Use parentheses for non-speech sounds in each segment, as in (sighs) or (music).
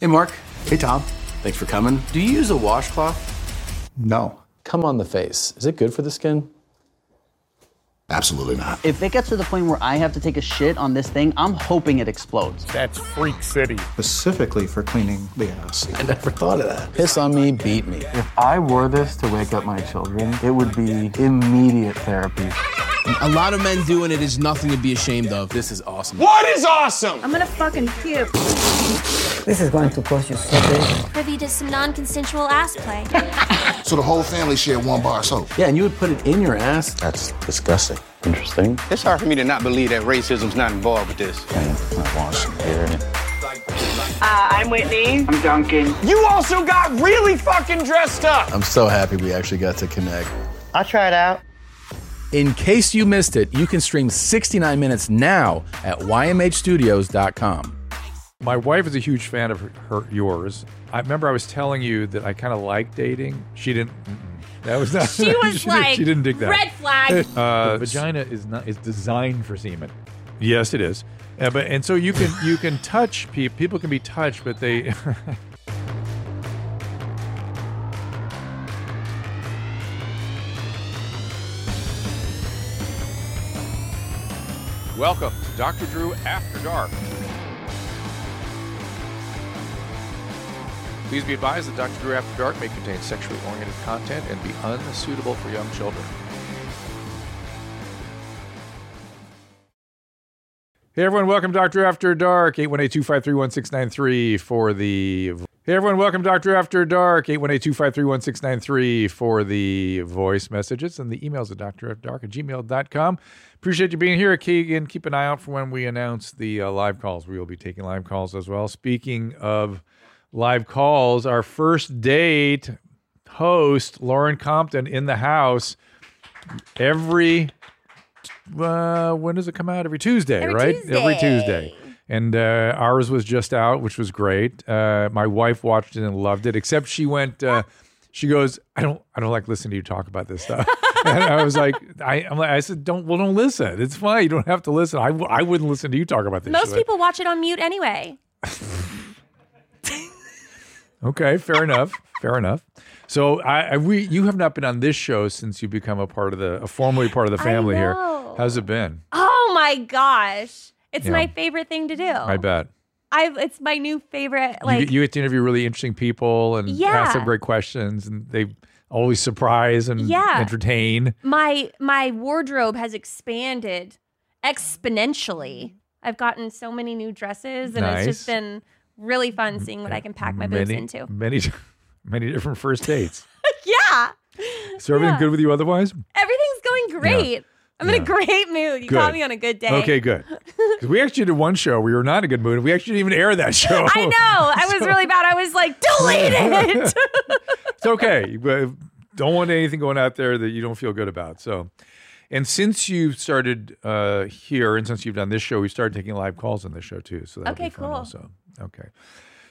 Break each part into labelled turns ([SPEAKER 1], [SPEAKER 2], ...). [SPEAKER 1] Hey, Mark.
[SPEAKER 2] Hey, Tom.
[SPEAKER 1] Thanks for coming. Do you use a washcloth?
[SPEAKER 2] No,
[SPEAKER 1] Come on the face. Is it good for the skin?
[SPEAKER 2] absolutely not.
[SPEAKER 3] If it gets to the point where I have to take a shit on this thing, I'm hoping it explodes.
[SPEAKER 4] That's Freak City.
[SPEAKER 2] Specifically for cleaning the house.
[SPEAKER 1] I never thought of that. Piss on me, beat me.
[SPEAKER 5] I wore this to wake up my children, it would be immediate therapy.
[SPEAKER 6] A lot of men doing it is nothing to be ashamed of.
[SPEAKER 1] This is awesome.
[SPEAKER 7] What is awesome?
[SPEAKER 8] I'm gonna fucking puke.
[SPEAKER 9] This is going to cost you something.
[SPEAKER 10] privy to some non consensual ass
[SPEAKER 4] (laughs)
[SPEAKER 10] play.
[SPEAKER 11] So the whole family shared one bar of soap.
[SPEAKER 1] Yeah, and you would put it in your ass.
[SPEAKER 12] That's disgusting. Interesting.
[SPEAKER 7] It's hard for me to not believe that racism's not involved with this.
[SPEAKER 12] I want some hair in it.
[SPEAKER 8] Uh, I'm Whitney.
[SPEAKER 5] I'm Duncan.
[SPEAKER 7] You also got really fucking dressed up.
[SPEAKER 1] I'm so happy we actually got to connect.
[SPEAKER 9] I'll try it out.
[SPEAKER 1] In case you missed it, you can stream 69 minutes now at ymhstudios.com.
[SPEAKER 4] My wife is a huge fan of her, her yours. I remember I was telling you that I kind of like dating. She didn't. mm-mm. That was not. (laughs)
[SPEAKER 10] She was
[SPEAKER 4] didn't-
[SPEAKER 10] like,
[SPEAKER 4] She didn't dig that.
[SPEAKER 10] red flag.
[SPEAKER 4] (laughs) Uh, the vagina is not is designed for semen. Yes, it is. Uh, but and so you can you can touch people. People can be touched, but they. (laughs) Welcome to Dr. Drew After Dark. Please be advised that Dr. Drew After Dark may contain sexually oriented content and be unsuitable for young children. Hey everyone, welcome to Dr. After Dark, 818-253-1693 for the Hey everyone, welcome to Dr. After Dark, 818-253-1693 for the voice messages and the emails at drafterdark at gmail.com. Appreciate you being here, Keegan. Keep an eye out for when we announce the uh, live calls. We will be taking live calls as well. Speaking of live calls, our first date host, Lauren Compton, in the house every uh, when does it come out? Every Tuesday,
[SPEAKER 10] Every
[SPEAKER 4] right? Every
[SPEAKER 10] Tuesday.
[SPEAKER 4] Tuesday. And uh, ours was just out, which was great. Uh, my wife watched it and loved it. Except she went, uh, she goes, I don't, I don't like listening to you talk about this stuff. (laughs) and I was like, I, I'm like, I said, don't, well, don't listen. It's fine. You don't have to listen. I, w- I wouldn't listen to you talk about this. She
[SPEAKER 10] Most
[SPEAKER 4] went,
[SPEAKER 10] people watch it on mute anyway.
[SPEAKER 4] Okay, fair enough. Fair enough. So I, I we you have not been on this show since you become a part of the a formally part of the
[SPEAKER 10] I
[SPEAKER 4] family here.
[SPEAKER 10] know.
[SPEAKER 4] How's it been?
[SPEAKER 10] Oh my gosh. It's
[SPEAKER 4] Yeah.
[SPEAKER 10] my favorite thing to do.
[SPEAKER 4] I bet.
[SPEAKER 10] I it's my new favorite
[SPEAKER 4] You-
[SPEAKER 10] like
[SPEAKER 4] you, get to interview really interesting people and ask them
[SPEAKER 10] Yeah.
[SPEAKER 4] great questions and they always surprise and
[SPEAKER 10] Yeah.
[SPEAKER 4] entertain.
[SPEAKER 10] my my wardrobe has expanded exponentially. I've gotten so many new dresses and it's just
[SPEAKER 4] Nice.
[SPEAKER 10] been really fun seeing what I can pack my boobs
[SPEAKER 4] many,
[SPEAKER 10] into. (laughs)
[SPEAKER 4] Many (laughs) many different first dates.
[SPEAKER 10] Yeah.
[SPEAKER 4] Is everything
[SPEAKER 10] Yeah.
[SPEAKER 4] good with you otherwise?
[SPEAKER 10] Everything's going great. I'm in
[SPEAKER 4] Yeah.
[SPEAKER 10] a great mood. You
[SPEAKER 4] Good.
[SPEAKER 10] caught me on a good day. (laughs)
[SPEAKER 4] Okay, good. 'Cause we actually did one show. We were not in a good mood. We actually didn't even air that show.
[SPEAKER 10] I know. I was really bad. I was like, delete it.
[SPEAKER 4] (laughs) it's okay. You, uh, Don't want anything going out there that you don't feel good about. So, and since you started uh, here, and since you've done this show, we started taking live calls on this show too. So that'll
[SPEAKER 10] Okay,
[SPEAKER 4] be fun
[SPEAKER 10] cool.
[SPEAKER 4] Also, okay.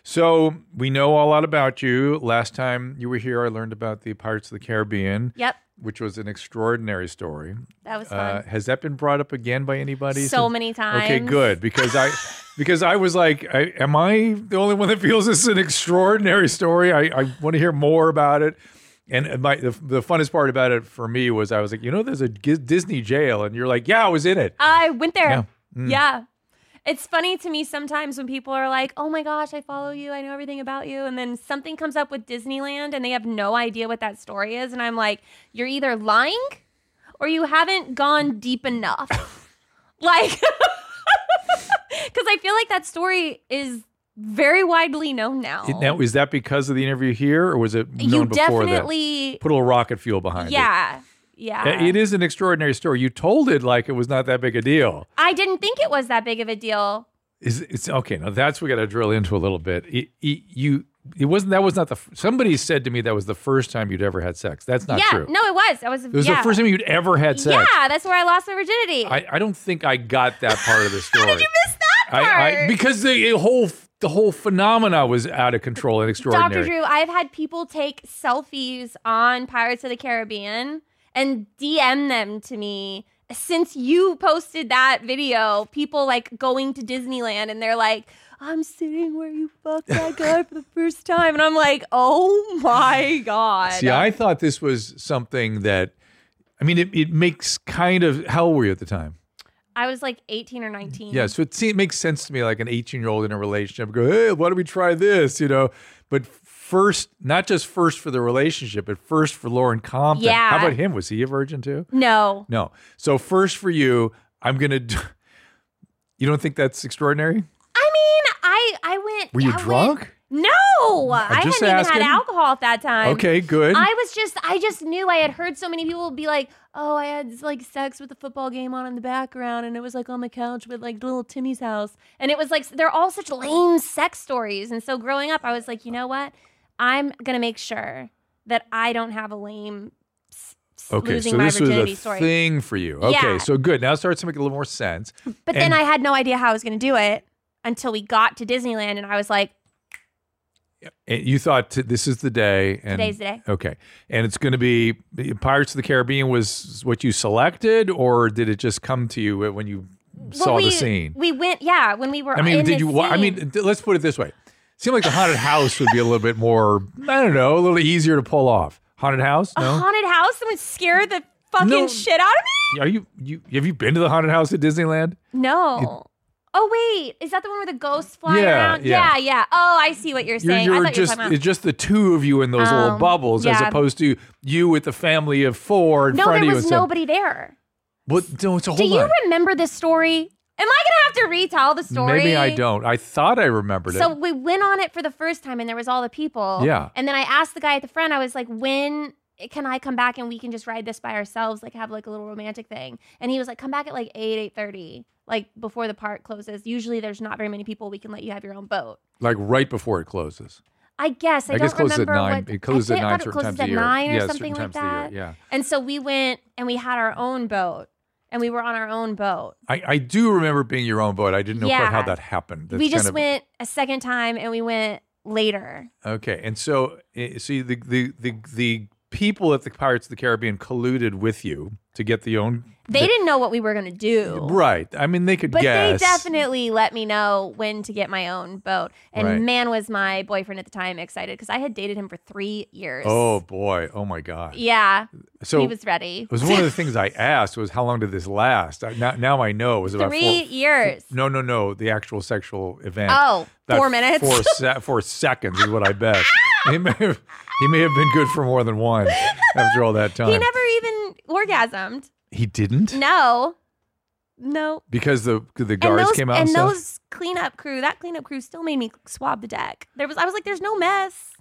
[SPEAKER 4] So we know a lot about you. Last time you were here, I learned about the Pirates of the Caribbean,
[SPEAKER 10] yep.
[SPEAKER 4] which was an extraordinary story.
[SPEAKER 10] That was
[SPEAKER 4] Uh,
[SPEAKER 10] fun.
[SPEAKER 4] has that been brought up again by anybody?
[SPEAKER 10] so
[SPEAKER 4] since-
[SPEAKER 10] many times.
[SPEAKER 4] Okay, good
[SPEAKER 10] (laughs)
[SPEAKER 4] because I because I was like, I, am I the only one that feels this is an extraordinary story? I, I want to hear more about it. And my the, the funnest part about it for me was I was like, you know, there's a G- Disney jail, and you're like, yeah, I was in it.
[SPEAKER 10] I went there.
[SPEAKER 4] Yeah. Mm.
[SPEAKER 10] Yeah. It's funny to me sometimes when people are like, oh my gosh, I follow you. I know everything about you. And then something comes up with Disneyland and they have no idea what that story is. And I'm like, you're either lying or you haven't gone deep enough. (laughs) like, because I feel like that story is very widely known now.
[SPEAKER 4] It- now is that because of the interview here, or was it known
[SPEAKER 10] Oh. you
[SPEAKER 4] before
[SPEAKER 10] definitely,
[SPEAKER 4] that? Put a little rocket fuel behind it.
[SPEAKER 10] yeah. Yeah.
[SPEAKER 4] Yeah, it is an extraordinary story. You told it like it was not that big a deal.
[SPEAKER 10] I didn't think it was that big of a deal.
[SPEAKER 4] Is it's okay? Now that's we got to drill into a little bit. It, it, you, it wasn't. That was not the. f- Somebody said to me that was the first time you'd ever had sex. That's not
[SPEAKER 10] yeah,
[SPEAKER 4] true.
[SPEAKER 10] no, it was. I was.
[SPEAKER 4] it was
[SPEAKER 10] yeah.
[SPEAKER 4] the first time you'd ever had sex.
[SPEAKER 10] Yeah, that's where I lost my virginity.
[SPEAKER 4] I, I don't think I got that part of the
[SPEAKER 10] (laughs)
[SPEAKER 4] story.
[SPEAKER 10] How did you miss that part?
[SPEAKER 4] I, I, because the whole the whole phenomena was out of control and
[SPEAKER 10] Dr.
[SPEAKER 4] extraordinary.
[SPEAKER 10] Drew, I've had people take selfies on Pirates of the Caribbean and DM them to me. Since you posted that video, people like going to Disneyland and they're like, I'm sitting where you fucked that guy for the first time. And I'm like, oh my God.
[SPEAKER 4] See, I thought this was something that, I mean, it, it makes kind of, how old were you at the time?
[SPEAKER 10] I was like 18 or 19.
[SPEAKER 4] Yeah, so it, seems, it makes sense to me, like an 18 year old in a relationship, go, hey, why don't we try this? You know, but first, not just first for the relationship, but first for Lauren Compton.
[SPEAKER 10] Yeah. Mm.
[SPEAKER 4] How about him? Was he a virgin too?
[SPEAKER 10] No.
[SPEAKER 4] No. So first for you, I'm gonna. d- You don't think that's extraordinary?
[SPEAKER 10] I mean, I I went.
[SPEAKER 4] Were you
[SPEAKER 10] I went-
[SPEAKER 4] drunk?
[SPEAKER 10] no, I hadn't
[SPEAKER 4] just
[SPEAKER 10] even
[SPEAKER 4] asking.
[SPEAKER 10] had alcohol at that time.
[SPEAKER 4] Okay, good.
[SPEAKER 10] I was just, I just knew I had heard so many people be like, "Oh, I had like sex with the football game on in the background, and it was like on the couch with like little Timmy's house, and it was like they're all such lame sex stories." And so growing up, I was like, you know what? I'm gonna make sure that I don't have a lame s- s-
[SPEAKER 4] Okay,
[SPEAKER 10] losing
[SPEAKER 4] so
[SPEAKER 10] my
[SPEAKER 4] this was
[SPEAKER 10] virginity
[SPEAKER 4] a
[SPEAKER 10] story.
[SPEAKER 4] thing for you. Okay,
[SPEAKER 10] Yeah.
[SPEAKER 4] so good. Now it starts to make a little more sense.
[SPEAKER 10] But
[SPEAKER 4] And-
[SPEAKER 10] then I had no idea how I was gonna do it until we got to Disneyland, and I was like,
[SPEAKER 4] And you thought t- this is the day. And,
[SPEAKER 10] Today's the day.
[SPEAKER 4] Okay, and it's going to be Pirates of the Caribbean was what you selected, or did it just come to you when you saw
[SPEAKER 10] well, we,
[SPEAKER 4] the scene?
[SPEAKER 10] We went, yeah, when we were.
[SPEAKER 4] I mean,
[SPEAKER 10] in
[SPEAKER 4] did
[SPEAKER 10] this
[SPEAKER 4] you? wa- I
[SPEAKER 10] scene.
[SPEAKER 4] mean, th- let's put it this way. Seemed like the haunted house would be a little bit more. I don't know, a little easier to pull off. Haunted house?
[SPEAKER 10] a
[SPEAKER 4] No.
[SPEAKER 10] haunted house that would scare the fucking
[SPEAKER 4] No.
[SPEAKER 10] shit out of
[SPEAKER 4] Are you? You have you been to the haunted house at Disneyland?
[SPEAKER 10] me? No. oh wait, is that the one where the ghosts fly
[SPEAKER 4] Yeah,
[SPEAKER 10] around?
[SPEAKER 4] yeah.
[SPEAKER 10] yeah, Oh, I see what you're saying. I thought you were
[SPEAKER 4] just
[SPEAKER 10] talking about.
[SPEAKER 4] it's just the two of you in those little
[SPEAKER 10] Um,
[SPEAKER 4] bubbles, as
[SPEAKER 10] yeah.
[SPEAKER 4] opposed to you with the family of four in
[SPEAKER 10] no, there
[SPEAKER 4] front of you.
[SPEAKER 10] was
[SPEAKER 4] and stuff.
[SPEAKER 10] nobody there.
[SPEAKER 4] What? No, so
[SPEAKER 10] Do
[SPEAKER 4] hold
[SPEAKER 10] you
[SPEAKER 4] on.
[SPEAKER 10] remember this story? Am I gonna have to retell the story?
[SPEAKER 4] Maybe I don't. I thought I remembered
[SPEAKER 10] So
[SPEAKER 4] it.
[SPEAKER 10] we went on it for the first time, and there was all the people.
[SPEAKER 4] Yeah.
[SPEAKER 10] And then I asked the guy at the front. I was like, "When can I come back and we can just ride this by ourselves, like have like a little romantic thing?" And he was like, "Come back at like eight, eight thirty, like before the park closes. Usually there's not very many people. We can let you have your own boat."
[SPEAKER 4] Like right before it closes.
[SPEAKER 10] I guess I,
[SPEAKER 4] I
[SPEAKER 10] don't
[SPEAKER 4] guess it closes at
[SPEAKER 10] remember
[SPEAKER 4] nine.
[SPEAKER 10] what
[SPEAKER 4] It closes
[SPEAKER 10] I
[SPEAKER 4] at
[SPEAKER 10] think- I
[SPEAKER 4] nine
[SPEAKER 10] thought it
[SPEAKER 4] certain
[SPEAKER 10] closes
[SPEAKER 4] times a
[SPEAKER 10] at
[SPEAKER 4] year.
[SPEAKER 10] nine
[SPEAKER 4] Yeah,
[SPEAKER 10] or
[SPEAKER 4] certain
[SPEAKER 10] something like
[SPEAKER 4] times a year,
[SPEAKER 10] that.
[SPEAKER 4] yeah.
[SPEAKER 10] And so we went and we had our own boat, and we were on our own boat.
[SPEAKER 4] I, I do remember it being your own boat. I didn't know quite
[SPEAKER 10] Yeah.
[SPEAKER 4] how that happened. That's
[SPEAKER 10] we just
[SPEAKER 4] kind of-
[SPEAKER 10] went a second time, and we went later.
[SPEAKER 4] Okay, and so eh, see the the the the people at the Pirates of the Caribbean colluded with you to get the own
[SPEAKER 10] They didn't know what we were gonna do.
[SPEAKER 4] right. I mean, they could
[SPEAKER 10] But
[SPEAKER 4] guess.
[SPEAKER 10] they definitely let me know when to get my own boat. And
[SPEAKER 4] Right.
[SPEAKER 10] man, was my boyfriend at the time excited because I had dated him for three years.
[SPEAKER 4] Oh boy! Oh my God!
[SPEAKER 10] yeah.
[SPEAKER 4] So
[SPEAKER 10] he was ready.
[SPEAKER 4] It was one of
[SPEAKER 10] (laughs)
[SPEAKER 4] the things I asked was how long did this last? I, now, now I know it was about
[SPEAKER 10] (laughs) three
[SPEAKER 4] four, (laughs)
[SPEAKER 10] years.
[SPEAKER 4] No, no, no. The actual sexual event.
[SPEAKER 10] Oh,
[SPEAKER 4] About
[SPEAKER 10] four minutes? (laughs)
[SPEAKER 4] Four, se- four seconds is what I bet. he, may have, he may have been good for more than one after all that time.
[SPEAKER 10] He never even orgasmed.
[SPEAKER 4] He didn't
[SPEAKER 10] No. No.
[SPEAKER 4] because the the
[SPEAKER 10] And
[SPEAKER 4] guards
[SPEAKER 10] those
[SPEAKER 4] came out
[SPEAKER 10] and
[SPEAKER 4] stuff?
[SPEAKER 10] those cleanup crew, that cleanup crew still made me swab the deck. There was I was like, there's no mess.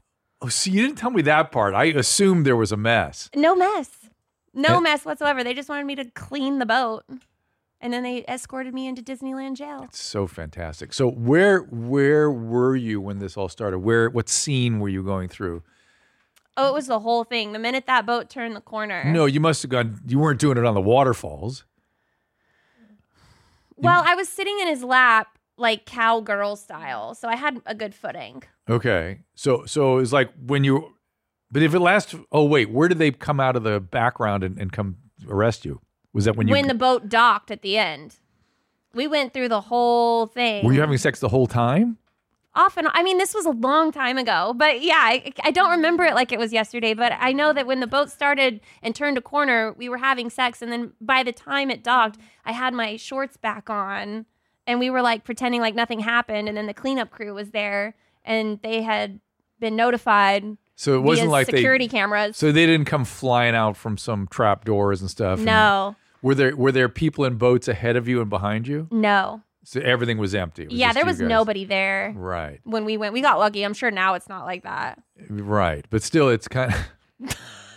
[SPEAKER 4] Oh, see, you didn't tell me that part. I assumed there was a mess.
[SPEAKER 10] No mess. No
[SPEAKER 4] And-
[SPEAKER 10] mess whatsoever. They just wanted me to clean the boat. And then they escorted me into Disneyland jail.
[SPEAKER 4] So fantastic. So where where were you when this all started? Where what scene were you going through?
[SPEAKER 10] Oh, it was the whole thing. The minute that boat turned the corner.
[SPEAKER 4] No, you must have gone. You weren't doing it on the waterfalls.
[SPEAKER 10] Well, I was sitting in his lap, like cowgirl style. So I had a good footing.
[SPEAKER 4] Okay. So so it's like when you but if it lasts oh wait, where did they come out of the background and, and come arrest you? Was that when
[SPEAKER 10] When,
[SPEAKER 4] you
[SPEAKER 10] the boat docked at the end, we went through the whole thing.
[SPEAKER 4] were you having sex the whole time?
[SPEAKER 10] off and on. I mean, this was a long time ago, but yeah, I, I don't remember it like it was yesterday. But I know that when the boat started and turned a corner, we were having sex, and then by the time it docked, I had my shorts back on, and we were like pretending like nothing happened, and then the cleanup crew was there, and they had been notified.
[SPEAKER 4] So it wasn't
[SPEAKER 10] via
[SPEAKER 4] like they-
[SPEAKER 10] security cameras.
[SPEAKER 4] So they didn't come flying out from some trap doors and stuff. and-
[SPEAKER 10] No.
[SPEAKER 4] were there were there people in boats ahead of you and behind you?
[SPEAKER 10] no,
[SPEAKER 4] So everything was empty. It
[SPEAKER 10] yeah,
[SPEAKER 4] just
[SPEAKER 10] there
[SPEAKER 4] you
[SPEAKER 10] was
[SPEAKER 4] guys.
[SPEAKER 10] nobody there
[SPEAKER 4] Right.
[SPEAKER 10] when we went. We got lucky. I'm sure now it's not like that.
[SPEAKER 4] Right. But still it's kind of (laughs)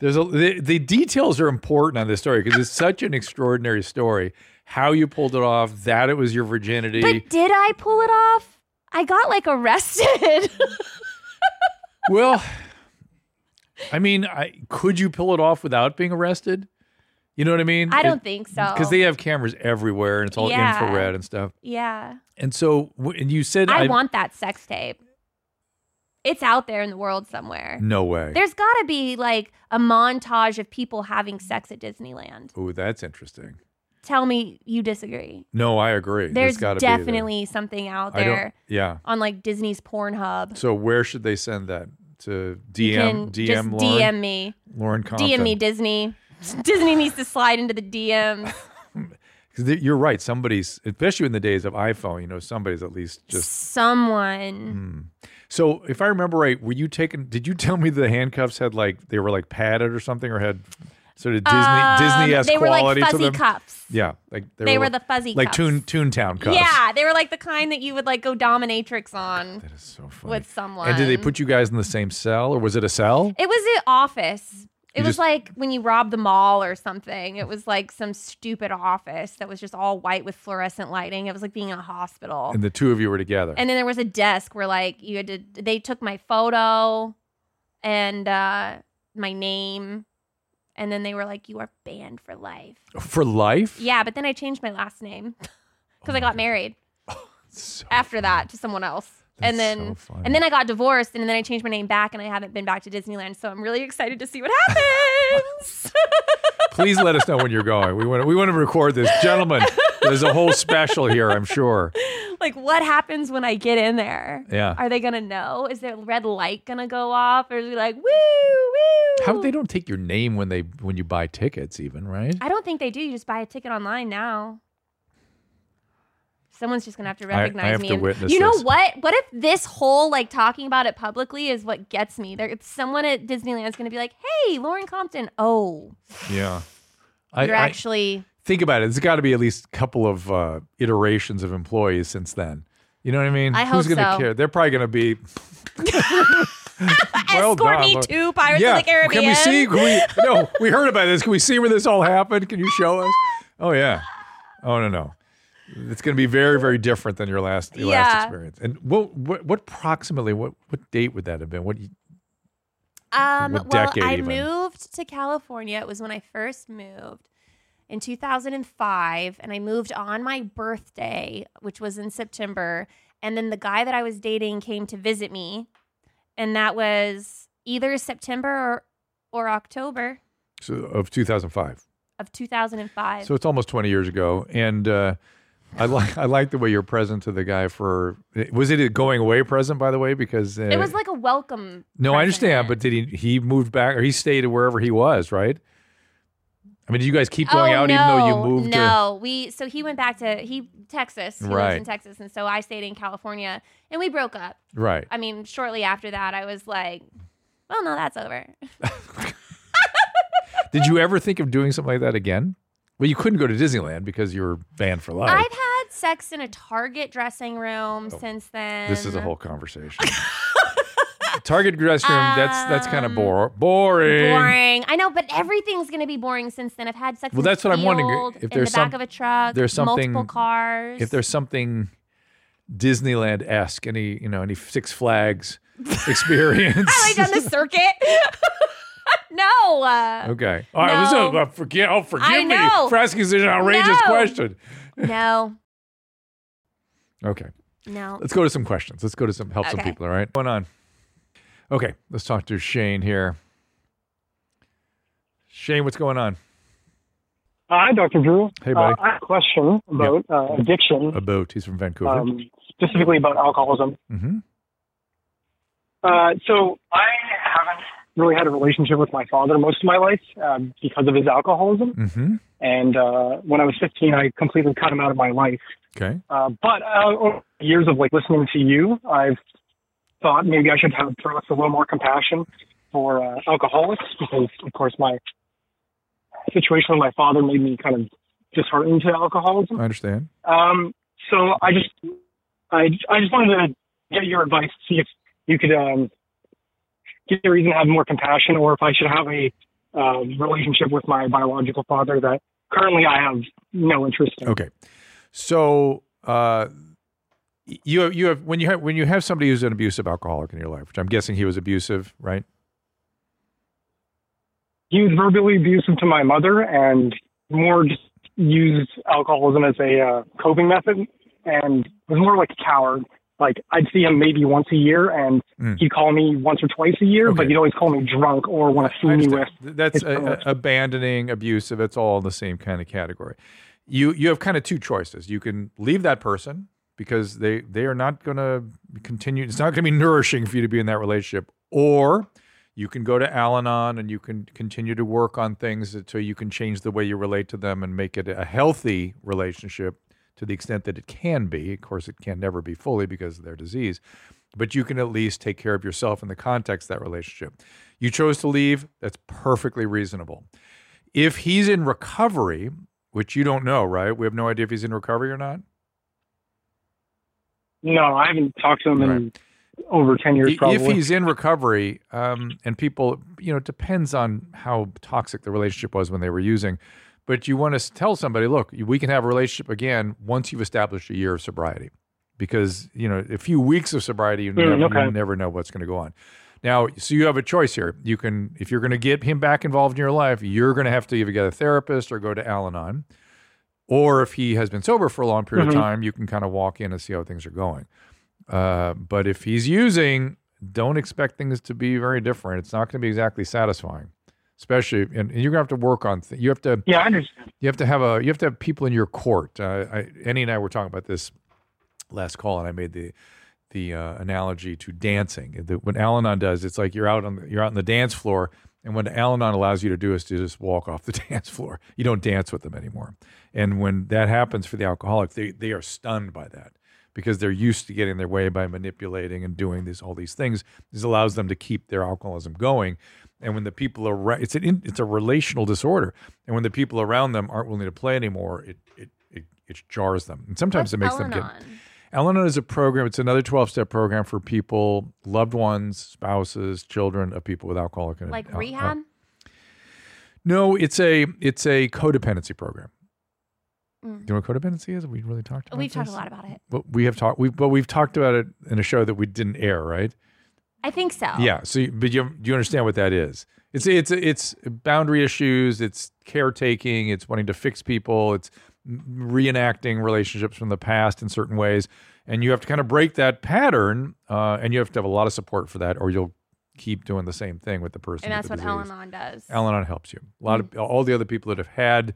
[SPEAKER 4] There's a the, the details are important on this story because it's such an extraordinary story. How you pulled it off, that it was your virginity.
[SPEAKER 10] But did I pull it off? I got like arrested. (laughs)
[SPEAKER 4] Well, I mean, I, could you pull it off without being arrested? You know what I mean?
[SPEAKER 10] I don't think so.
[SPEAKER 4] Because they have cameras everywhere and it's all
[SPEAKER 10] Yeah.
[SPEAKER 4] infrared and stuff.
[SPEAKER 10] yeah.
[SPEAKER 4] And so, wh- and you said,
[SPEAKER 10] I want that sex tape. It's out there in the world somewhere.
[SPEAKER 4] No way.
[SPEAKER 10] There's got to be like a montage of people having sex at Disneyland.
[SPEAKER 4] Oh, that's interesting.
[SPEAKER 10] tell me you disagree.
[SPEAKER 4] No, I agree.
[SPEAKER 10] There's
[SPEAKER 4] gotta be there.
[SPEAKER 10] definitely something out
[SPEAKER 4] I don't-
[SPEAKER 10] there
[SPEAKER 4] yeah.
[SPEAKER 10] on like Disney's Pornhub.
[SPEAKER 4] So where should they send that? To
[SPEAKER 10] You
[SPEAKER 4] DM
[SPEAKER 10] can
[SPEAKER 4] DM
[SPEAKER 10] just
[SPEAKER 4] Lauren?
[SPEAKER 10] DM me.
[SPEAKER 4] Lauren Compton.
[SPEAKER 10] DM me Disney. Disney needs to slide into the DMs.
[SPEAKER 4] 'Cause th- You're right. Somebody's, especially in the days of iPhone, you know, somebody's at least just. Mm.
[SPEAKER 10] Someone.
[SPEAKER 4] So if I remember right, were you taken? Did you tell me the handcuffs had like they were like padded or something, or had sort of Disney
[SPEAKER 10] Um,
[SPEAKER 4] Disney esque
[SPEAKER 10] they were like
[SPEAKER 4] quality
[SPEAKER 10] fuzzy
[SPEAKER 4] to them?
[SPEAKER 10] cuffs.
[SPEAKER 4] Yeah, like
[SPEAKER 10] They were
[SPEAKER 4] like-
[SPEAKER 10] the fuzzy
[SPEAKER 4] like
[SPEAKER 10] cuffs.
[SPEAKER 4] Toon Toontown cuffs.
[SPEAKER 10] Yeah, they were like the kind that you would like go dominatrix on. That is so funny. With someone.
[SPEAKER 4] And did they put you guys in the same cell, or was it a cell?
[SPEAKER 10] It was the office. It
[SPEAKER 4] You
[SPEAKER 10] was
[SPEAKER 4] just-
[SPEAKER 10] like when you robbed the mall or something. It was like some stupid office that was just all white with fluorescent lighting. It was like being in a hospital.
[SPEAKER 4] And the two of you were together.
[SPEAKER 10] And then there was a desk where like you had to they took my photo and uh my name and then they were like you are banned for life.
[SPEAKER 4] for life.
[SPEAKER 10] Yeah, but then I changed my last name (laughs) cuz I got married. after that to someone else. and then and then I got divorced and then I changed my name back and I haven't been back to Disneyland, so I'm really excited to see what happens.
[SPEAKER 4] Please let us know when you're going. We want we want to record this, gentlemen. There's a whole special here, I'm sure.
[SPEAKER 10] like what happens when I get in there?
[SPEAKER 4] Yeah.
[SPEAKER 10] Are they gonna know? Is their red light gonna go off? Or is it like, woo, woo?
[SPEAKER 4] How they don't take your name when they when you buy tickets, even right?
[SPEAKER 10] I don't think they do. You just buy a ticket online now. Someone's just gonna have to
[SPEAKER 4] I- I
[SPEAKER 10] recognize
[SPEAKER 4] have
[SPEAKER 10] me.
[SPEAKER 4] to
[SPEAKER 10] and-
[SPEAKER 4] witness
[SPEAKER 10] you know
[SPEAKER 4] this.
[SPEAKER 10] what? What if this whole like talking about it publicly is what gets me? There, if someone at Disneyland is gonna be like, "Hey, Lauren Compton. Oh,
[SPEAKER 4] Yeah.
[SPEAKER 10] you're actually
[SPEAKER 4] think about it. There's got to be at least a couple of uh, iterations of employees since then. You know what I mean?
[SPEAKER 10] I
[SPEAKER 4] Who's
[SPEAKER 10] hope
[SPEAKER 4] gonna
[SPEAKER 10] so.
[SPEAKER 4] care? They're probably gonna be.
[SPEAKER 10] (laughs)
[SPEAKER 4] well
[SPEAKER 10] escort me
[SPEAKER 4] done.
[SPEAKER 10] to Pirates
[SPEAKER 4] yeah.
[SPEAKER 10] of the Caribbean."
[SPEAKER 4] Can we see? Can we, no, we heard about this. Can we see where this all happened? Can you show us? Oh yeah. Oh no no. It's going to be very very different than your last your
[SPEAKER 10] Yeah.
[SPEAKER 4] last experience. And what, what what approximately what what date would that have been? What
[SPEAKER 10] Um,
[SPEAKER 4] What
[SPEAKER 10] well,
[SPEAKER 4] decade
[SPEAKER 10] I
[SPEAKER 4] even?
[SPEAKER 10] moved to California. It was when I first moved in 2005, and I moved on my birthday, which was in September. And then the guy that I was dating came to visit me, and that was either September or, or October
[SPEAKER 4] so, of 2005.
[SPEAKER 10] of 2005.
[SPEAKER 4] So it's almost 20 years ago. And uh, I like (laughs) I like the way you're present to the guy for was it a going away present by the way because uh,
[SPEAKER 10] it was like a welcome.
[SPEAKER 4] No, I understand, but did he he moved back or he stayed wherever he was, right? I mean, did you guys keep going
[SPEAKER 10] oh,
[SPEAKER 4] out
[SPEAKER 10] no,
[SPEAKER 4] even though you moved to-
[SPEAKER 10] No, we so he went back to he Texas. He lives in
[SPEAKER 4] Right.
[SPEAKER 10] Texas, and so I stayed in California, and we broke up.
[SPEAKER 4] Right.
[SPEAKER 10] I mean, shortly after that, I was like, well, no, that's over.
[SPEAKER 4] Did you ever think of doing something like that again? Well, you couldn't go to Disneyland because you were banned for life.
[SPEAKER 10] I've had sex in a Target dressing room since then.
[SPEAKER 4] Oh, This is a
[SPEAKER 10] (laughs)
[SPEAKER 4] whole conversation. Target dressing room, that's that's kind of bor- boring.
[SPEAKER 10] Um, boring. I know, but everything's going to be boring since then. I've had sex
[SPEAKER 4] Well,
[SPEAKER 10] in the
[SPEAKER 4] that's what I'm wondering,
[SPEAKER 10] field,
[SPEAKER 4] if
[SPEAKER 10] in
[SPEAKER 4] there's
[SPEAKER 10] the back of
[SPEAKER 4] some-
[SPEAKER 10] a truck,
[SPEAKER 4] there's something-
[SPEAKER 10] multiple cars.
[SPEAKER 4] If there's something Disneyland esque, any you know, any
[SPEAKER 10] (laughs)
[SPEAKER 4] Six Flags experience.
[SPEAKER 10] I like on
[SPEAKER 4] (laughs)
[SPEAKER 10] the circuit. (laughs) no. Uh,
[SPEAKER 4] okay. All right, listen,
[SPEAKER 10] No.
[SPEAKER 4] uh, forget, oh, forgive
[SPEAKER 10] I
[SPEAKER 4] me
[SPEAKER 10] know.
[SPEAKER 4] for asking such an outrageous
[SPEAKER 10] No.
[SPEAKER 4] question.
[SPEAKER 10] No.
[SPEAKER 4] Okay.
[SPEAKER 10] No.
[SPEAKER 4] Let's go to some questions. Let's go to some help some
[SPEAKER 10] Okay.
[SPEAKER 4] people. All right. Going on. Okay. Let's talk to Shane here. Shane, what's going on?
[SPEAKER 13] Uh, Hi, Dr. Drew.
[SPEAKER 4] Hey, buddy.
[SPEAKER 13] Uh, I have a question about uh, addiction,
[SPEAKER 4] A boat. He's from Vancouver.
[SPEAKER 13] um, specifically about alcoholism.
[SPEAKER 4] mm-hmm.
[SPEAKER 13] Uh, so I haven't really had a relationship with my father most of my life um, because of his alcoholism.
[SPEAKER 4] Mm-hmm.
[SPEAKER 13] And uh, when I was 15, I completely cut him out of my life.
[SPEAKER 4] Okay.
[SPEAKER 13] Uh, but uh, over the years of like listening to you, I've thought maybe I should have perhaps a little more compassion for uh, alcoholics because, of course, my situation with my father made me kind of disheartened to alcoholism.
[SPEAKER 4] I understand.
[SPEAKER 13] Um, so I just, I, I just wanted to get your advice, see if you could um, give me a reason to have more compassion, or if I should have a um, relationship with my biological father that currently I have no interest in.
[SPEAKER 4] Okay. So uh, y- you have, you have when you have when you have somebody who's an abusive alcoholic in your life, which I'm guessing he was abusive, right?
[SPEAKER 13] He was verbally abusive to my mother, and more just used alcoholism as a uh, coping method, and was more like a coward. Like I'd see him maybe once a year, and
[SPEAKER 4] Mm.
[SPEAKER 13] he'd call me once or twice a year, but he'd always call me drunk or want to see me with.
[SPEAKER 4] Th- That's uh,
[SPEAKER 13] his
[SPEAKER 4] a, a- abandoning, abusive. It's all in the same kind of category. you you have kind of two choices. You can leave that person because they they are not going to continue. It's not going to be (laughs) nourishing for you to be in that relationship, or you can go to Al-Anon and you can continue to work on things until you can change the way you relate to them and make it a healthy relationship to the extent that it can be. Of course, it can never be fully because of their disease, but you can at least take care of yourself in the context of that relationship. You chose to leave. That's perfectly reasonable. If he's in recovery, which you don't know, right? We have no idea if he's in recovery or not.
[SPEAKER 13] No, I haven't talked to him in over ten years. Probably.
[SPEAKER 4] If he's in recovery, um, and people, you know, it depends on how toxic the relationship was when they were using. But you want to tell somebody, look, we can have a relationship again once you've established a year of sobriety, because you know, a few weeks of sobriety, you,
[SPEAKER 13] Mm,
[SPEAKER 4] never,
[SPEAKER 13] okay.
[SPEAKER 4] you never know what's going to go on. Now, so you have a choice here. You can, if you're going to get him back involved in your life, you're going to have to either get a therapist or go to Al-Anon, or if he has been sober for a long period
[SPEAKER 14] Mhm.
[SPEAKER 13] Mm-hmm.
[SPEAKER 4] of time, you can kind of walk in and see how things are going. Uh, but if he's using, don't expect things to be very different. It's not going to be exactly satisfying, especially, and, and you're going to have to work on. Th- you have to.
[SPEAKER 13] Yeah, I understand.
[SPEAKER 4] You have to have a. You have to have people in your court. Uh, I, Annie and I were talking about this last call, and I made the the uh, analogy to dancing. The, when Al-Anon does, it's like you're out on the, you're out on the dance floor, and what Al-Anon allows you to do is to just walk off the (laughs) dance floor. You don't dance with them anymore. And when that happens for the alcoholic, they they are stunned by that because they're used to getting their way by manipulating and doing this all these things. This allows them to keep their alcoholism going. And when the people around, it's an in- it's a relational disorder. And when the people around them aren't willing to play anymore, it it it, it jars them. And sometimes it makes them get. Al-Anon is a program. It's another twelve-step program for people, loved ones, spouses, children of people with alcoholic and
[SPEAKER 10] Like
[SPEAKER 4] al-
[SPEAKER 10] rehab?
[SPEAKER 4] no, it's a it's a codependency program.
[SPEAKER 10] Mm.
[SPEAKER 4] Do you know what codependency is? Have We really talked about
[SPEAKER 10] We've talked a
[SPEAKER 4] this?
[SPEAKER 10] lot about it.
[SPEAKER 4] But we have talked we but we've talked about it in a show that we didn't air, right?
[SPEAKER 10] I think so.
[SPEAKER 4] Yeah. So you- but you you understand what that is. It's it's it's boundary issues, it's caretaking, it's wanting to fix people, it's reenacting relationships from the past in certain ways. And you have to kind of break that pattern, uh, and you have to have a lot of support for that, or you'll keep doing the same thing with the person.
[SPEAKER 10] And
[SPEAKER 4] with
[SPEAKER 10] that's
[SPEAKER 4] the
[SPEAKER 10] what
[SPEAKER 4] disease.
[SPEAKER 10] Al-Anon does. Mm-hmm.
[SPEAKER 4] Al-Anon helps you. A lot of all the other people that have had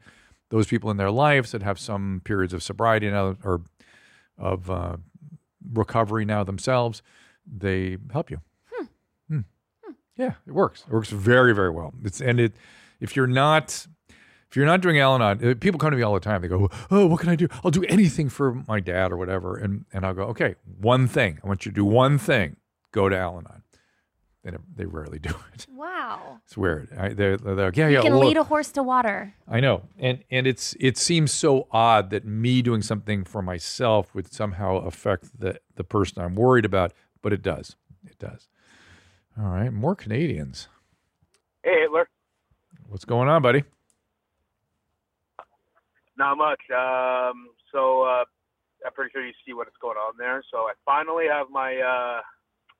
[SPEAKER 4] those people in their lives that have some periods of sobriety now or of uh, recovery now themselves, they help you. Hmm. Yeah, it works. It works very very well. It's and it if you're not if you're not doing Al-Anon, uh, people come to me all the time. They go, "Oh, what can I do? I'll do anything for my dad or whatever." And and I'll go, "Okay, one thing. I want you to do one thing. Go to Al-Anon." They never, they rarely (laughs) do it.
[SPEAKER 10] Wow.
[SPEAKER 4] It's weird. I, they're, they're like, yeah, yeah.
[SPEAKER 10] you can
[SPEAKER 4] look."
[SPEAKER 10] lead a horse to water.
[SPEAKER 4] I know, and and it's it seems so odd that me doing something for myself would somehow affect the the person I'm worried about, but it does. It does. All right, more Canadians.
[SPEAKER 15] Hey, Hitler.
[SPEAKER 4] What's going on, buddy?
[SPEAKER 15] Not much. Um, so uh, I'm pretty sure you see what's going on there. So I finally have my uh,